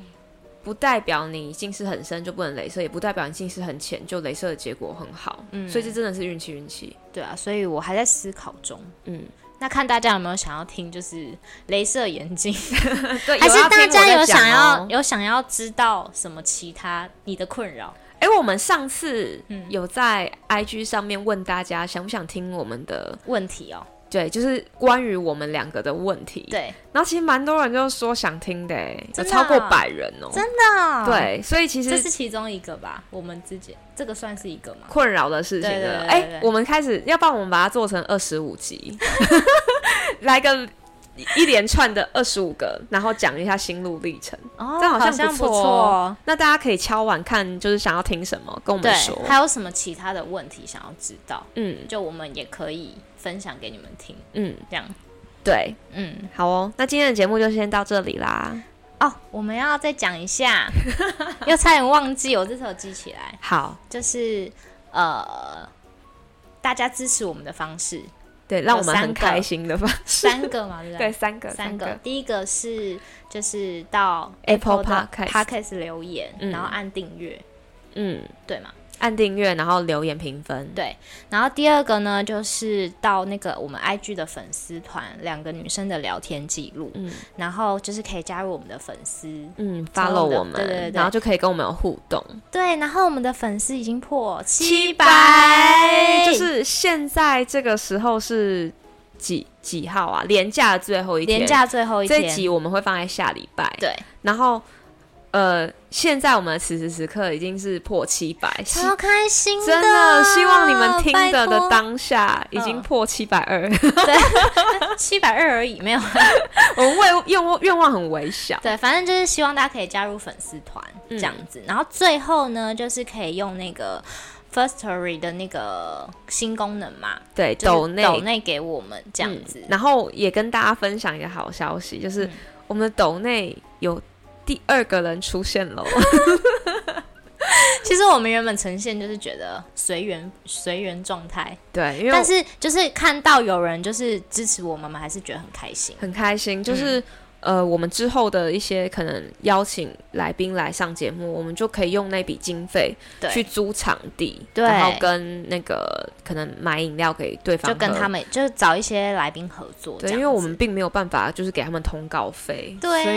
S2: 不代表你近视很深就不能镭射，也不代表你近视很浅就镭射的结果很好，
S1: 嗯
S2: 所以这真的是运气运气。
S1: 对啊，所以我还在思考中。
S2: 嗯，
S1: 那看大家有没有想要听，就是镭射眼镜，
S2: 对，
S1: 还是
S2: 有要听
S1: 大
S2: 我在
S1: 家有
S2: 讲
S1: 想要
S2: 哦
S1: 有想要知道什么其他你的困扰？
S2: 哎、我们上次
S1: 嗯
S2: 有在 IG 上面问大家想不想听我们的，
S1: 问题哦，
S2: 对，就是关于我们两个的问题。，
S1: 对，
S2: 然后其实蛮多人就说想听的、哎，有
S1: 真的
S2: 超过
S1: 啊
S2: 百人哦、
S1: 真的，，啊
S2: 对，所以其
S1: 这
S2: 实
S1: 是其中一个吧？我们之间这个算是一个吗？
S2: 困扰的事情
S1: 对对
S2: 了。
S1: 对
S2: 哎、
S1: 对对
S2: 我们开始，要不然我们把它做成二十五集， 来个一连串的二十五个，然后讲一下心路历程。
S1: 哦
S2: 这样好像
S1: 像
S2: 不
S1: 不
S2: 错哦
S1: 哦。
S2: 那大家可以敲完看，就是想要听什么，跟我们
S1: 对
S2: 说。，
S1: 还有什么其他的问题想要知道？
S2: 嗯
S1: 就我们也可以分享给你们听，
S2: 嗯，
S1: 这样，
S2: 对，
S1: 嗯，
S2: 好哦。那今天的节目就先到这里啦。
S1: 哦，我们要再讲一 下，又差点忘记，我这次有记起来，
S2: 好，
S1: 就是呃，大家支持我们的方 式
S2: 对，让我
S1: 有
S2: 们
S1: 三
S2: 很
S1: 个
S2: 开心的吧。
S1: 三个嘛，对不
S2: 对，
S1: 对？
S2: 三个，
S1: 三
S2: 个
S1: 个，。第一个是就是到
S2: Apple
S1: Podcast
S2: Podcast
S1: Podcast 留言，
S2: 嗯
S1: 然后按订阅，
S2: 嗯，
S1: 对嘛？
S2: 按订阅，然后留言评分。
S1: 对，然后第二个呢，就是到那个我们 IG 的粉丝团，两个女生的聊天记录，
S2: 嗯
S1: 然后就是可以加入我们的粉丝，
S2: 嗯
S1: 从
S2: ，follow
S1: 我们的
S2: 我们，
S1: 对对对对
S2: 然后就可以跟我们有互动。
S1: 对，然后我们的粉丝已经破七
S2: 百
S1: 百，
S2: 哎就是现在这个时候是几几号啊？廉价的最后一天，
S1: 廉价最后一天，
S2: 这一集我们会放在下礼拜，
S1: 对
S2: 然后。呃，现在我们此时此刻已经是破七百，希
S1: 超开心
S2: 真的希望你们听
S1: 拜
S2: 的的
S1: 托
S2: 当下已经
S1: 嗯
S2: 破七百 二，
S1: 七百二而已，没有。
S2: 我们为愿望愿望很微小，
S1: 对，反正就是希望大家可以加入粉丝团
S2: 嗯
S1: 这样子。然后最后呢，就是可以用那个 First Story 的那个新功能嘛，
S2: 对，
S1: 就是
S2: 抖内
S1: 抖内给我们这样
S2: 嗯
S1: 子。
S2: 然后也跟大家分享一个好消息，就是
S1: 嗯
S2: 我们的抖内有第二个人出现了，
S1: 其实我们原本呈现就是觉得随缘随缘状态，
S2: 对，因为
S1: 但
S2: 我
S1: 是就是看到有人就是支持我们，我们还是觉得很开心。
S2: 很开心，就是。
S1: 嗯
S2: 呃，我们之后的一些可能邀请来宾来上节目，我们就可以用那笔经费
S1: 对，
S2: 去租场地，
S1: 对
S2: 然后跟那个可能买饮料给对方
S1: 就
S2: 喝，
S1: 跟他们就是找一些来宾合作这样子，
S2: 对，因为我们并没有办法就是给他们通告费，
S1: 对啊
S2: 所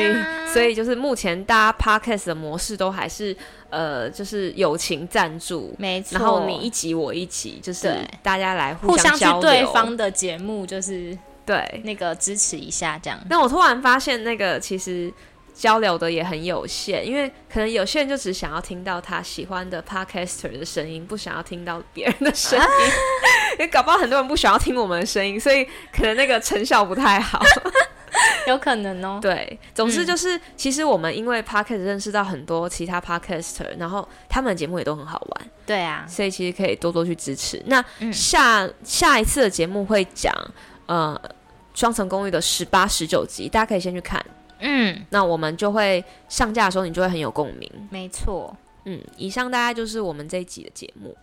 S2: 以所以就是目前大家 podcast 的模式都还是呃就是友情赞助，
S1: 没错，
S2: 然后你一集我一集，就是
S1: 对
S2: 大家来互
S1: 互相去
S2: 交流
S1: 对方的节目就是
S2: 对。
S1: 那个支持一下这样。
S2: 但我突然发现，那个其实交流的也很有限，因为可能有些人就只想要听到他喜欢的 podcaster 的声音，不想要听到别人的 声音。因为搞不好很多人不想要听我们的声音，所以可能那个成效不太好。
S1: 有可能哦。
S2: 对，总之
S1: 嗯
S2: 就是，其实我们因为 podcast 认识到很多其他 podcaster，然后他们的节目也都很好玩，
S1: 对啊，
S2: 所以其实可以多多去支持。那
S1: 嗯
S2: 下、下一次的节目会讲呃《双层公寓》的十八、十九集，大家可以先去看。
S1: 嗯，
S2: 那我们就会上架的时候，你就会很有共鸣。
S1: 没错。
S2: 嗯，以上大概就是我们这一集的节目。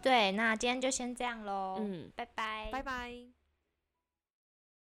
S1: 对，那今天就先这样喽。嗯，
S2: 嗯，
S1: 拜拜，
S2: 拜拜。